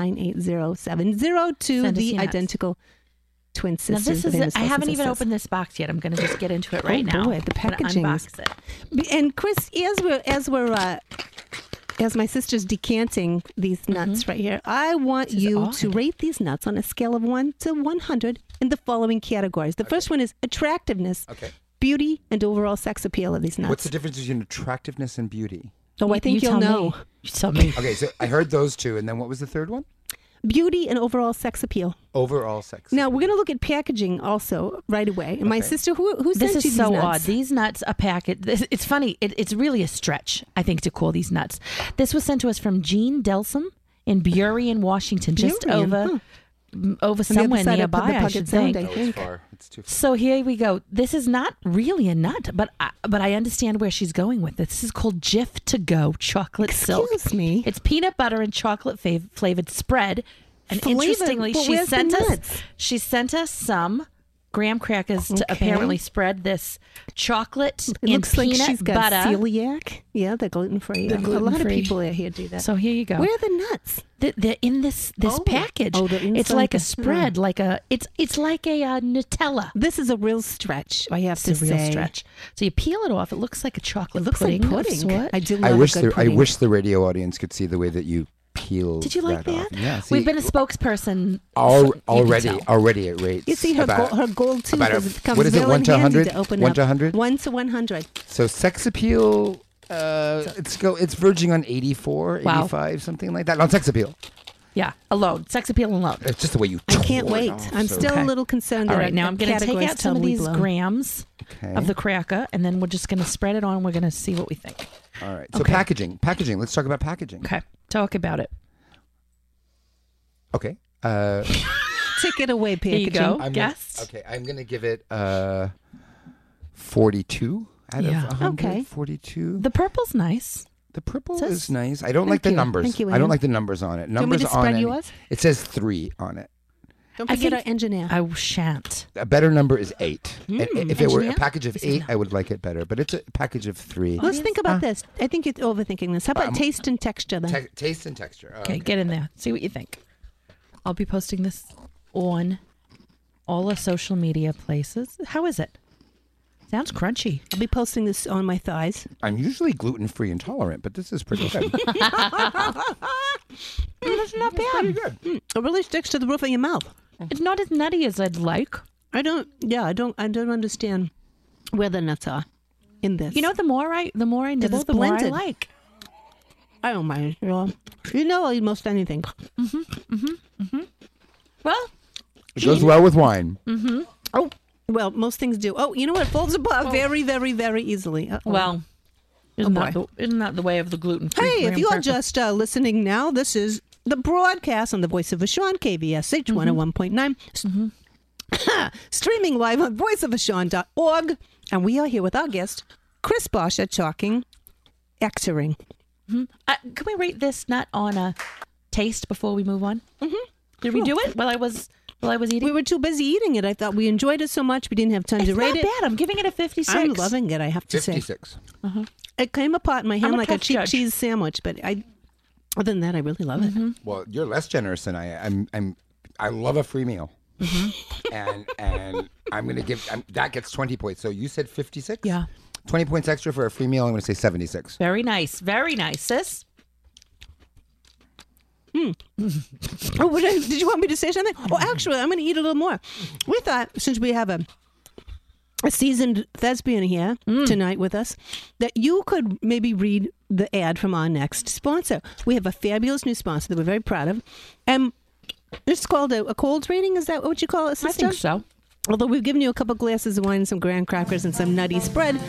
Speaker 2: 98070 to
Speaker 1: Send us
Speaker 2: the
Speaker 1: your nuts.
Speaker 2: identical twin
Speaker 1: Now,
Speaker 2: sisters.
Speaker 1: this
Speaker 2: of
Speaker 1: is
Speaker 2: Amos
Speaker 1: I
Speaker 2: Wilson
Speaker 1: haven't even
Speaker 2: Sisters.
Speaker 1: opened this box yet. I'm going to just get into it right
Speaker 2: Oh,
Speaker 1: now.
Speaker 2: boy, the
Speaker 1: I'm gonna
Speaker 2: packaging is-
Speaker 1: Unbox it.
Speaker 2: And Chris, as we're as we're uh, as my sister's decanting these nuts right here, I want
Speaker 1: Mm-hmm. is
Speaker 2: you
Speaker 1: odd.
Speaker 2: to rate these nuts on a scale of one to one hundred in the following categories. The first one is attractiveness,
Speaker 3: Okay.
Speaker 2: beauty, and overall sex appeal of these nuts.
Speaker 3: What's the difference between attractiveness and beauty?
Speaker 2: oh, I
Speaker 1: You-
Speaker 2: think
Speaker 1: you
Speaker 2: you will
Speaker 1: tell
Speaker 2: know
Speaker 1: me. You tell
Speaker 2: (laughs)
Speaker 1: me.
Speaker 3: Okay, so I heard those two, and then what was the third one?
Speaker 2: beauty and overall sex appeal.
Speaker 3: Overall sex.
Speaker 2: Now we're going to look at packaging also right away. And my
Speaker 3: Okay.
Speaker 2: sister, who who sent
Speaker 1: This
Speaker 2: you
Speaker 1: is
Speaker 2: these
Speaker 1: so
Speaker 2: nuts?
Speaker 1: odd. These nuts are packet. This, it's funny. It, it's really a stretch, I think, to call these nuts. This was sent to us from Jean Delsom in Burien, Washington, just
Speaker 2: Burien,
Speaker 1: over
Speaker 2: huh.
Speaker 1: m- over
Speaker 2: On the other
Speaker 1: somewhere
Speaker 2: side of
Speaker 1: nearby.
Speaker 2: the
Speaker 1: I
Speaker 2: Puget
Speaker 1: should
Speaker 2: Sound,
Speaker 1: think.
Speaker 2: I
Speaker 3: oh,
Speaker 2: think.
Speaker 3: it's far. It's too far.
Speaker 1: So here we go. This is not really a nut, but I, but I understand where she's going with this. This is called Jif to Go Chocolate Silk.
Speaker 2: Excuse me.
Speaker 1: It's peanut butter and chocolate fav- flavored spread. And
Speaker 2: Flavored?
Speaker 1: interestingly,
Speaker 2: But
Speaker 1: she
Speaker 2: where's the
Speaker 1: sent us
Speaker 2: nuts?
Speaker 1: she sent us some graham crackers to
Speaker 2: Okay.
Speaker 1: apparently spread this chocolate
Speaker 2: It
Speaker 1: and
Speaker 2: looks like
Speaker 1: peanut
Speaker 2: she's got
Speaker 1: butter.
Speaker 2: celiac. Yeah, they're gluten free. A lot of
Speaker 1: gluten-free.
Speaker 2: people out here do that.
Speaker 1: So here you go.
Speaker 2: Where are the nuts?
Speaker 1: Th- They're in this this
Speaker 2: Oh.
Speaker 1: package.
Speaker 2: Oh, they're
Speaker 1: it's
Speaker 2: inside
Speaker 1: like a
Speaker 2: the-
Speaker 1: spread, like a it's it's like a uh, Nutella.
Speaker 2: This is a real stretch. I have
Speaker 1: It's
Speaker 2: to
Speaker 1: a real
Speaker 2: say.
Speaker 1: stretch. So you peel it off. It looks like a
Speaker 2: It
Speaker 1: chocolate
Speaker 2: looks
Speaker 1: pudding.
Speaker 2: like
Speaker 1: of
Speaker 2: pudding.
Speaker 1: sort.
Speaker 2: I do love
Speaker 3: I
Speaker 2: a
Speaker 3: wish
Speaker 2: good
Speaker 3: the I
Speaker 2: pudding.
Speaker 3: wish the radio audience could see the way that you peel.
Speaker 1: Did you like
Speaker 3: that?
Speaker 1: that?
Speaker 3: off. Yeah.
Speaker 1: We've
Speaker 3: see,
Speaker 1: been a spokesperson
Speaker 3: al-
Speaker 1: you can
Speaker 3: already
Speaker 1: tell.
Speaker 3: already it rates.
Speaker 2: You see her
Speaker 3: about-
Speaker 2: gold, her gold tooth
Speaker 3: about a-
Speaker 2: is, comes
Speaker 3: what is it,
Speaker 2: real
Speaker 3: one
Speaker 2: in
Speaker 3: to
Speaker 2: handy
Speaker 3: 100?
Speaker 2: to open
Speaker 3: One
Speaker 2: up.
Speaker 3: to 100?
Speaker 2: One to one hundred.
Speaker 3: So sex appeal. Uh, it's go. It's verging on 84,
Speaker 1: Wow.
Speaker 3: 85, something like that. On sex appeal,
Speaker 1: Yeah, alone. Sex appeal alone.
Speaker 3: it's just the way you.
Speaker 2: I can't
Speaker 3: tore it
Speaker 2: wait.
Speaker 3: off,
Speaker 2: I'm
Speaker 3: Oh, so-
Speaker 2: still
Speaker 1: Okay.
Speaker 2: a little concerned.
Speaker 1: All
Speaker 2: that
Speaker 1: right,
Speaker 2: our-
Speaker 1: now I'm going to take
Speaker 2: categories
Speaker 1: out some of
Speaker 2: totally
Speaker 1: these
Speaker 2: blown.
Speaker 1: grams
Speaker 3: Okay.
Speaker 1: of the cracker, and then we're just going to spread it on. We're going to see what we think.
Speaker 3: All right. So
Speaker 1: Okay.
Speaker 3: packaging, packaging. Let's talk about packaging.
Speaker 1: Okay, talk about it.
Speaker 3: Okay. Uh,
Speaker 2: Take it away,
Speaker 1: Here you
Speaker 2: packaging.
Speaker 1: go.
Speaker 3: I'm
Speaker 1: Guess.
Speaker 3: Gonna, okay, I'm gonna give it uh, 42 out
Speaker 1: Yeah.
Speaker 3: of 100.
Speaker 2: Okay.
Speaker 3: 42. The,
Speaker 1: The purple's nice.
Speaker 3: purple
Speaker 1: says-
Speaker 3: is nice. I don't like
Speaker 2: Thank
Speaker 3: the
Speaker 2: you.
Speaker 3: numbers.
Speaker 2: Thank you,
Speaker 3: I don't
Speaker 2: Anne.
Speaker 3: like the numbers on it.
Speaker 2: you want me
Speaker 3: Numbers
Speaker 2: to
Speaker 3: on
Speaker 2: spread
Speaker 3: any-
Speaker 2: yours?
Speaker 3: It says three on it.
Speaker 2: Don't
Speaker 1: I
Speaker 2: forget our
Speaker 1: think-
Speaker 2: engineer.
Speaker 1: I shan't.
Speaker 3: A better number is eight. And
Speaker 2: Hmm,
Speaker 3: if it were a
Speaker 1: engineer?
Speaker 3: package of
Speaker 1: This is
Speaker 3: eight,
Speaker 1: not-
Speaker 3: I would like it better. But it's a package of three.
Speaker 2: Let's think about this. I think you're overthinking this. How about
Speaker 3: I'm-
Speaker 2: taste and texture then?
Speaker 3: Te- taste and texture. Oh,
Speaker 1: Okay, get in there. See what you think. I'll be posting this on all the social media places. How is it? Sounds crunchy.
Speaker 2: I'll be posting this on my thighs.
Speaker 3: I'm usually gluten free intolerant, but this
Speaker 2: (laughs)
Speaker 3: is pretty good.
Speaker 1: Mm, It's not
Speaker 3: pretty
Speaker 1: bad.
Speaker 3: good.
Speaker 2: It really sticks to the roof of your mouth.
Speaker 1: It's not as nutty as I'd like.
Speaker 2: I don't. Yeah, I don't. I don't understand where the nuts are in this.
Speaker 1: You know, the more I the more I nibble,
Speaker 2: it's
Speaker 1: the more I
Speaker 2: blended.
Speaker 1: like.
Speaker 2: I don't mind. You know, you know I'll eat most anything.
Speaker 1: Well,
Speaker 3: It goes well with wine.
Speaker 2: Oh, well, most things do. Oh, you know what? Folds apart very, very, very easily. Uh-oh.
Speaker 1: well, isn't,
Speaker 2: Oh,
Speaker 1: that, the, isn't that the way of the gluten free?
Speaker 2: Hey, if you are just uh, listening now, this is the broadcast on the voice of Vashon, KVSH
Speaker 1: Mm-hmm.
Speaker 2: 101.9, s- (clears throat) streaming live on voiceofvashon.org. And we are here with our guest, Chris Bosch at Chalking Actoring.
Speaker 1: Uh, can we rate this nut on a taste before we move on? Mm-hmm. Did we do it while I was while I was eating?
Speaker 2: We were too busy eating it. I thought we enjoyed it so much, we didn't have time
Speaker 1: it's
Speaker 2: to
Speaker 1: not
Speaker 2: rate it.
Speaker 1: bad. I'm giving it a 56.
Speaker 2: I'm loving it, I have to say.
Speaker 3: 56.
Speaker 2: It came apart in my hand
Speaker 1: a
Speaker 2: like a
Speaker 1: tough
Speaker 2: cheap
Speaker 1: judge. Mm-hmm.
Speaker 2: cheese sandwich, but I. Other than that, I really love it.
Speaker 3: Well, you're less generous than I am. I'm, I'm, I love a free meal.
Speaker 2: Mm-hmm.
Speaker 3: and and I'm going to give, I'm, that gets 20 points. So you said 56?
Speaker 1: Yeah.
Speaker 3: 20 points extra for a free meal. I'm going to say 76.
Speaker 1: Very nice. Very nice, sis.
Speaker 2: Oh, what- did you want me to say something? Oh, actually, I'm going to eat a little more. We thought since we have a a seasoned thespian here
Speaker 1: Mm.
Speaker 2: tonight with us that you could maybe read the ad from our next sponsor. We have a fabulous new sponsor that we're very proud of, and it's called a, a cold reading. Is that what you call it,
Speaker 1: I
Speaker 2: sister?
Speaker 1: think so.
Speaker 2: Although we've given you a couple glasses of wine, some graham crackers, and some nutty spread.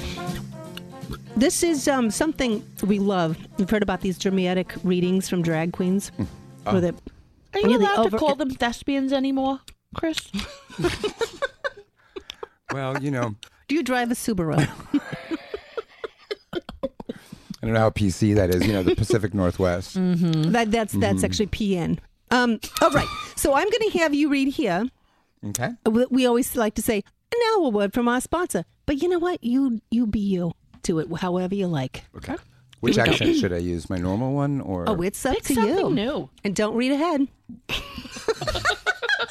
Speaker 2: This is um, something we love. We've heard about these dramatic readings from drag queens.
Speaker 1: Hmm. Oh.
Speaker 2: Where they-
Speaker 1: Are
Speaker 2: Yeah,
Speaker 1: you
Speaker 2: the
Speaker 1: allowed to
Speaker 2: over-
Speaker 1: call them thespians anymore, Chris?
Speaker 3: Well, you know,
Speaker 2: do you drive
Speaker 1: (laughs)
Speaker 2: a Subaru?
Speaker 1: Hmm?
Speaker 3: I don't know how PC that is, you know, the Pacific Northwest.
Speaker 2: That that's
Speaker 1: Hmm.
Speaker 2: that's actually PN. Um, all right. So I'm going to have you read here.
Speaker 3: Okay.
Speaker 2: We we always like to say now a word from our sponsor, but you know what? You you be you. Do it however you like.
Speaker 3: Okay. Which accent should I use? My normal one or?
Speaker 2: Oh, it's up
Speaker 1: Pick
Speaker 2: to
Speaker 1: something
Speaker 2: you.
Speaker 1: new.
Speaker 2: And don't
Speaker 1: (laughs)
Speaker 2: read ahead.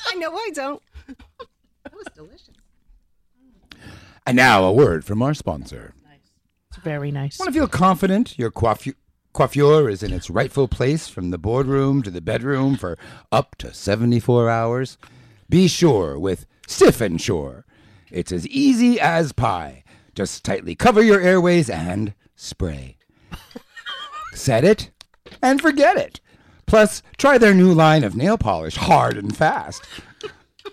Speaker 2: I know I don't. That was delicious.
Speaker 3: and now a word from our sponsor.
Speaker 1: It's very nice.
Speaker 3: Want to feel confident? Your coiffu- coiffure is in its rightful place from the boardroom to the bedroom for up to 74 hours? Be sure with Stiff and Sure. It's as easy as pie. Just tightly cover your airways and
Speaker 2: (laughs)
Speaker 3: spray. Set it and forget it. Plus, try their new line of nail polish hard and fast.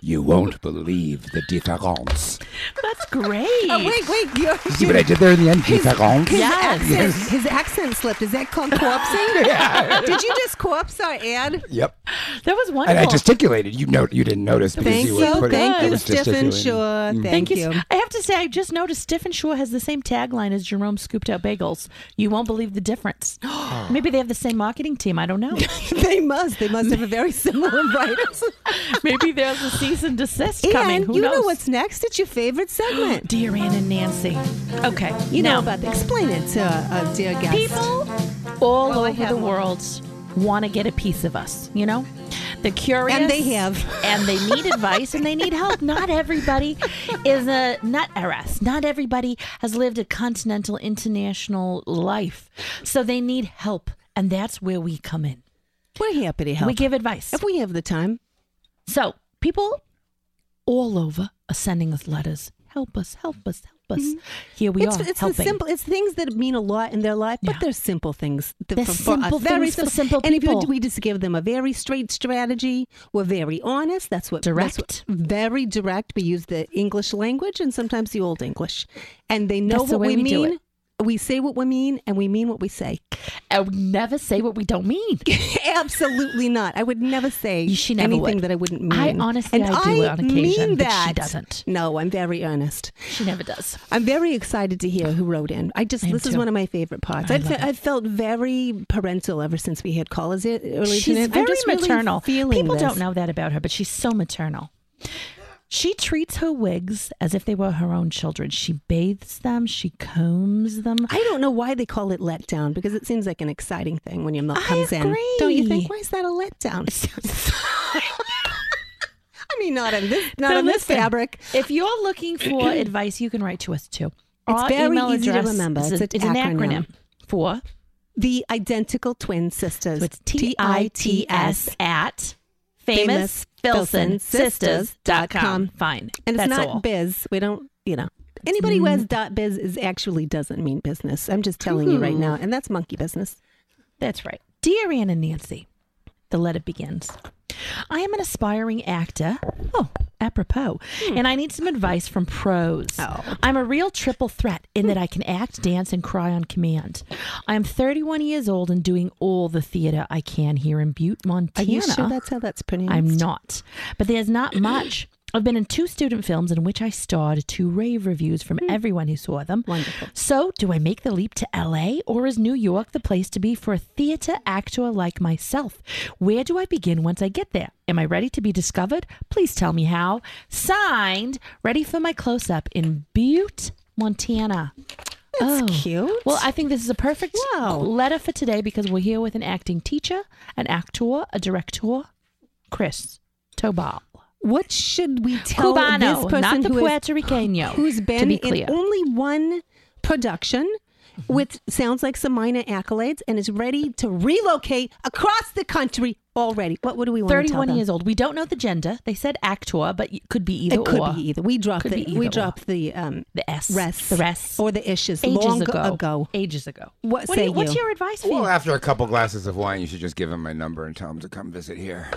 Speaker 3: You won't believe the difference.
Speaker 1: (laughs) That's great.
Speaker 2: Oh, wait, wait. You're,
Speaker 3: See what I did there in the end? Difference?
Speaker 2: his,
Speaker 1: Yes.
Speaker 2: accent, his accent slipped. Is that
Speaker 3: (laughs)
Speaker 2: called corpsing? Did you just corpse our ad?
Speaker 3: Yep.
Speaker 1: That was wonderful.
Speaker 3: And I gesticulated. You know, you didn't notice because
Speaker 2: Thank
Speaker 3: you were
Speaker 2: you.
Speaker 3: putting.
Speaker 2: Thank
Speaker 3: I
Speaker 2: you,
Speaker 3: was
Speaker 2: Stiff and
Speaker 3: gesticulating.
Speaker 2: Sure.
Speaker 1: Thank you. I have to say, I just noticed Stiff and Shore has the same tagline as Jerome Scooped Out Bagels. You won't believe the difference. (gasps) Maybe they have the same marketing team. I don't know.
Speaker 2: (laughs) they must. They must have a
Speaker 1: (laughs)
Speaker 2: very similar writers.
Speaker 1: Maybe there's a cease and desist coming.
Speaker 2: and
Speaker 1: Who
Speaker 2: you
Speaker 1: knows?
Speaker 2: know what's next? It's your favorite segment.
Speaker 1: Dear Ann and Nancy. Okay.
Speaker 2: You
Speaker 1: now,
Speaker 2: know about the, explain it to uh, uh, dear guest.
Speaker 1: people all
Speaker 2: Well, I
Speaker 1: over
Speaker 2: have
Speaker 1: the
Speaker 2: one.
Speaker 1: world want to get a piece of us, you know? They're curious.
Speaker 2: And they have.
Speaker 1: and they need advice and they need help. Not everybody is a nut heiress. Not everybody has lived a continental, international life. So they need help. And that's where we come in.
Speaker 2: we're happy to help.
Speaker 1: We give advice.
Speaker 2: if we have the time.
Speaker 1: So people all over are sending us letters. Help us, help us, help us. Here we
Speaker 2: Mm-hmm. it's
Speaker 1: are
Speaker 2: it's the
Speaker 1: helping.
Speaker 2: simple. It's things that mean a lot in their life, but
Speaker 1: Yeah.
Speaker 2: they're simple things. that-
Speaker 1: They're simple
Speaker 2: us, very
Speaker 1: things for simple
Speaker 2: And if you,
Speaker 1: people.
Speaker 2: we just give them a very straight strategy, we're very honest. That's what that's what-
Speaker 1: Direct.
Speaker 2: very direct. We use the English language and sometimes the old English, and they know
Speaker 1: That's
Speaker 2: what
Speaker 1: the way
Speaker 2: we
Speaker 1: we do
Speaker 2: mean. We say what we mean, and we mean what we say.
Speaker 1: I would never say what we don't
Speaker 2: (laughs)
Speaker 1: mean.
Speaker 2: Absolutely not. I would never say
Speaker 1: She never
Speaker 2: anything
Speaker 1: would.
Speaker 2: that I wouldn't mean.
Speaker 1: I honestly,
Speaker 2: and
Speaker 1: I do
Speaker 2: I
Speaker 1: on occasion,
Speaker 2: mean
Speaker 1: but she
Speaker 2: that.
Speaker 1: doesn't.
Speaker 2: No, I'm very earnest.
Speaker 1: She never does.
Speaker 2: I'm very excited to hear who wrote in. I just
Speaker 1: I am
Speaker 2: this is
Speaker 1: too.
Speaker 2: one of my favorite parts. I
Speaker 1: I love it.
Speaker 2: have felt very parental ever since we had callers i- earlier
Speaker 1: She's
Speaker 2: tonight.
Speaker 1: very
Speaker 2: I'm just really
Speaker 1: maternal.
Speaker 2: feeling
Speaker 1: People
Speaker 2: this.
Speaker 1: don't know that about her, but she's so maternal. She treats her wigs as if they were her own children. She bathes them. She combs them.
Speaker 2: I don't know why they call it letdown because it seems like an exciting thing when your milk
Speaker 1: I
Speaker 2: comes in. Don't you think?
Speaker 1: agree.
Speaker 2: Why is that a letdown?
Speaker 1: (laughs) Not
Speaker 2: I mean, not on this, not on this fabric.
Speaker 1: If you're looking
Speaker 2: (clears throat)
Speaker 1: for advice, you can write to us too.
Speaker 2: It's
Speaker 1: Our
Speaker 2: very
Speaker 1: email
Speaker 2: easy to
Speaker 1: address
Speaker 2: remember.
Speaker 1: Is
Speaker 2: It's
Speaker 1: a- is
Speaker 2: an
Speaker 1: an
Speaker 2: acronym.
Speaker 1: acronym for
Speaker 2: The identical twin sisters.
Speaker 1: So it's T I T S at famous
Speaker 2: famousfilsonsisters.com.
Speaker 1: famous Fine.
Speaker 2: And
Speaker 1: That's
Speaker 2: it's not
Speaker 1: all.
Speaker 2: biz. We don't, you know. Anybody
Speaker 1: Hmm.
Speaker 2: who has dot biz is actually doesn't mean business. I'm just telling you right now. And that's monkey business.
Speaker 1: That's right. Dear Anne and Nancy, the letter begins. I am an aspiring actor. Oh, apropos. And I need some advice from pros. I'm a real triple threat in that I can act, dance, and cry on command. I am 31 years old and doing all the theater I can here in Butte,
Speaker 2: Are
Speaker 1: Montana.
Speaker 2: you sure that's how that's pronounced?
Speaker 1: I'm not. But there's not much. I've been in two student films in which I starred to rave reviews from everyone who saw them.
Speaker 2: Wonderful.
Speaker 1: So, do I make the leap to LA or is New York the place to be for a theater actor like myself? Where do I begin once I get there? Am I ready to be discovered? Please tell me how. Signed, ready for my close up in Butte, Montana.
Speaker 2: That's
Speaker 1: Oh.
Speaker 2: cute.
Speaker 1: Well, I think this is a perfect
Speaker 2: Wow.
Speaker 1: letter for today because we're here with an acting teacher, an actor, a director, Chris Tobal.
Speaker 2: what should we tell this
Speaker 1: Cubano,
Speaker 2: person
Speaker 1: not the
Speaker 2: who has-
Speaker 1: Puerto (gasps) Ricano.
Speaker 2: who's
Speaker 1: to
Speaker 2: been
Speaker 1: be
Speaker 2: in
Speaker 1: clear. Mm-hmm.
Speaker 2: only one production with sounds like some minor accolades and is ready to relocate across the country already. What, what do we want to tell
Speaker 1: 31
Speaker 2: them?
Speaker 1: years old. We don't know the gender. They said actor, but it could be either
Speaker 2: it could
Speaker 1: or.
Speaker 2: be either. We dropped
Speaker 1: Could
Speaker 2: the
Speaker 1: be
Speaker 2: we
Speaker 1: either
Speaker 2: dropped the um
Speaker 1: The S.
Speaker 2: rest
Speaker 1: The rest.
Speaker 2: or the issues
Speaker 1: ages
Speaker 2: long
Speaker 1: ago.
Speaker 2: ago.
Speaker 1: Ages ago.
Speaker 2: What
Speaker 1: do
Speaker 2: say
Speaker 1: you- What's
Speaker 2: you?
Speaker 1: your advice for
Speaker 3: Well,
Speaker 1: you?
Speaker 3: after a couple glasses of wine, you should just give him my number and tell him to come visit here.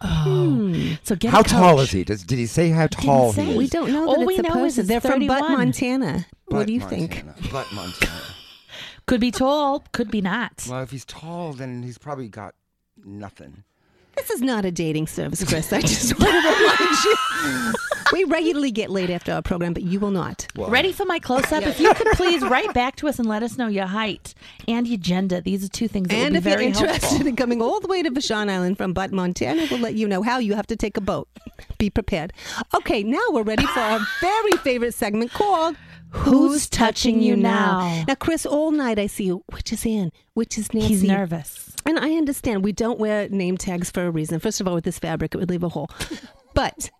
Speaker 1: Hmm.
Speaker 2: Hmm.
Speaker 1: So get a
Speaker 3: How tall
Speaker 1: coach.
Speaker 3: is he? Does, did he say how tall
Speaker 1: say.
Speaker 3: he is?
Speaker 2: We don't know
Speaker 1: All
Speaker 2: that
Speaker 1: we
Speaker 2: it's a
Speaker 1: know is
Speaker 2: person.
Speaker 1: it's
Speaker 2: They're from Butt,
Speaker 1: 31.
Speaker 2: Montana. what
Speaker 3: Butt
Speaker 2: do you think?
Speaker 3: Montana. Butt Montana.
Speaker 1: Could be tall, could be not.
Speaker 3: well, if he's tall, then he's probably got nothing.
Speaker 2: This is not a dating service, Chris. I just (laughs) want to remind you. (laughs) We regularly get late after our program, but you will not.
Speaker 3: Well,
Speaker 1: Ready for my close up? If you could please write back to us and let us know your height and your gender. These are two things that
Speaker 2: And
Speaker 1: would
Speaker 2: if
Speaker 1: be
Speaker 2: you're
Speaker 1: very
Speaker 2: interested
Speaker 1: helpful.
Speaker 2: in coming all the way to Vashon Island from Butt, Montana, we'll let you know how you have to take a boat. Be prepared. Okay, now we're ready for (laughs) our very favorite segment called
Speaker 1: Who's Touching You Now?
Speaker 2: Now, Chris, all night I see you. Which is Ann? Which is Nancy?
Speaker 1: He's nervous.
Speaker 2: And I understand we don't wear name tags for a reason. First of all, with this fabric, it would leave a hole. But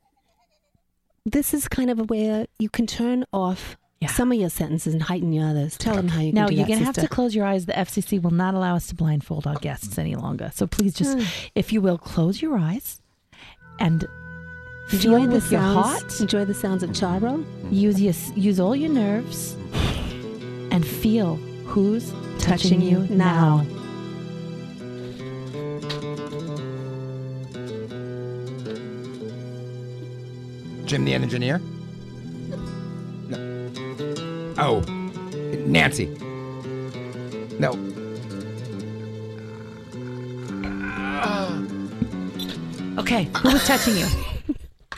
Speaker 2: this is kind of where you can turn off
Speaker 1: Yeah.
Speaker 2: some of your sentences and heighten your others. Tell them how you can
Speaker 1: No,
Speaker 2: do
Speaker 1: you're
Speaker 2: that,
Speaker 1: going to have to
Speaker 2: sister.
Speaker 1: close your eyes. The FCC will not allow us to blindfold our guests any longer. So please just,
Speaker 2: Hmm.
Speaker 1: if you will, close your eyes and feel
Speaker 2: enjoy the
Speaker 1: with your
Speaker 2: sounds.
Speaker 1: heart.
Speaker 2: Enjoy the sounds of Charo.
Speaker 1: Use your, use all your nerves and feel who's touching,
Speaker 2: Touching
Speaker 1: you
Speaker 2: you
Speaker 1: now.
Speaker 2: now.
Speaker 3: Jim the engineer? No. Oh, Nancy. No.
Speaker 1: Okay, who was touching
Speaker 2: (laughs)
Speaker 1: you?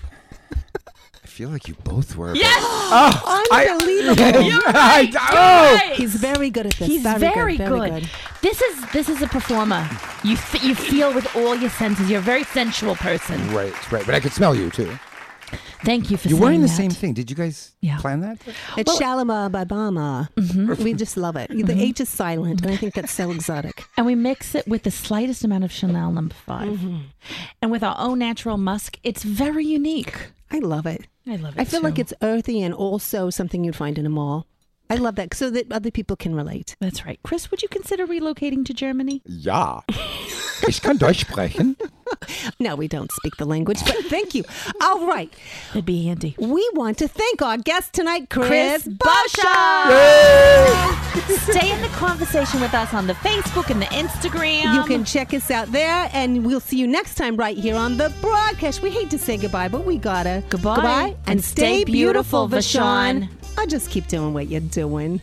Speaker 3: I feel like you both were.
Speaker 1: Yes,
Speaker 3: Oh, (laughs) I-
Speaker 2: Unbelievable.
Speaker 3: You're right, oh!
Speaker 2: He's very good at this.
Speaker 1: He's very,
Speaker 2: good.
Speaker 1: good.
Speaker 2: very
Speaker 1: This is this is a performer. You f- you feel with all your senses. You're a very sensual person.
Speaker 3: Right, right. But I could smell you too.
Speaker 1: Thank you for
Speaker 3: You're
Speaker 1: saying
Speaker 3: wearing the
Speaker 1: that.
Speaker 3: same thing. Did you guys
Speaker 1: Yeah.
Speaker 3: plan that?
Speaker 2: It's Shalima by Bama.
Speaker 1: Mm-hmm.
Speaker 2: We just love it. The H is silent, and I think that's so exotic.
Speaker 1: and we mix it with the slightest amount of Chanel number 5 and with our own natural musk. It's very unique.
Speaker 2: I love it.
Speaker 1: I love it.
Speaker 2: I feel like
Speaker 1: too.
Speaker 2: it's earthy and also something you'd find in a mall. I love that so that other people can relate.
Speaker 1: that's right. Chris, would you consider relocating to Germany?
Speaker 3: Ja. Ich kann Deutsch sprechen.
Speaker 2: No, we don't speak the language, but thank you. All right.
Speaker 1: That'd be handy.
Speaker 2: We want to thank our guest tonight, Chris,
Speaker 1: Chris Bosha. Stay in the conversation with us on the Facebook and the Instagram.
Speaker 2: You can check us out there, and we'll see you next time right here on the broadcast. We hate to say goodbye, but we gotta.
Speaker 1: Goodbye.
Speaker 2: Goodbye. And,
Speaker 1: And
Speaker 2: stay,
Speaker 1: stay
Speaker 2: beautiful,
Speaker 1: beautiful,
Speaker 2: Vashon.
Speaker 1: Vashon.
Speaker 2: I just keep doing what you're doing.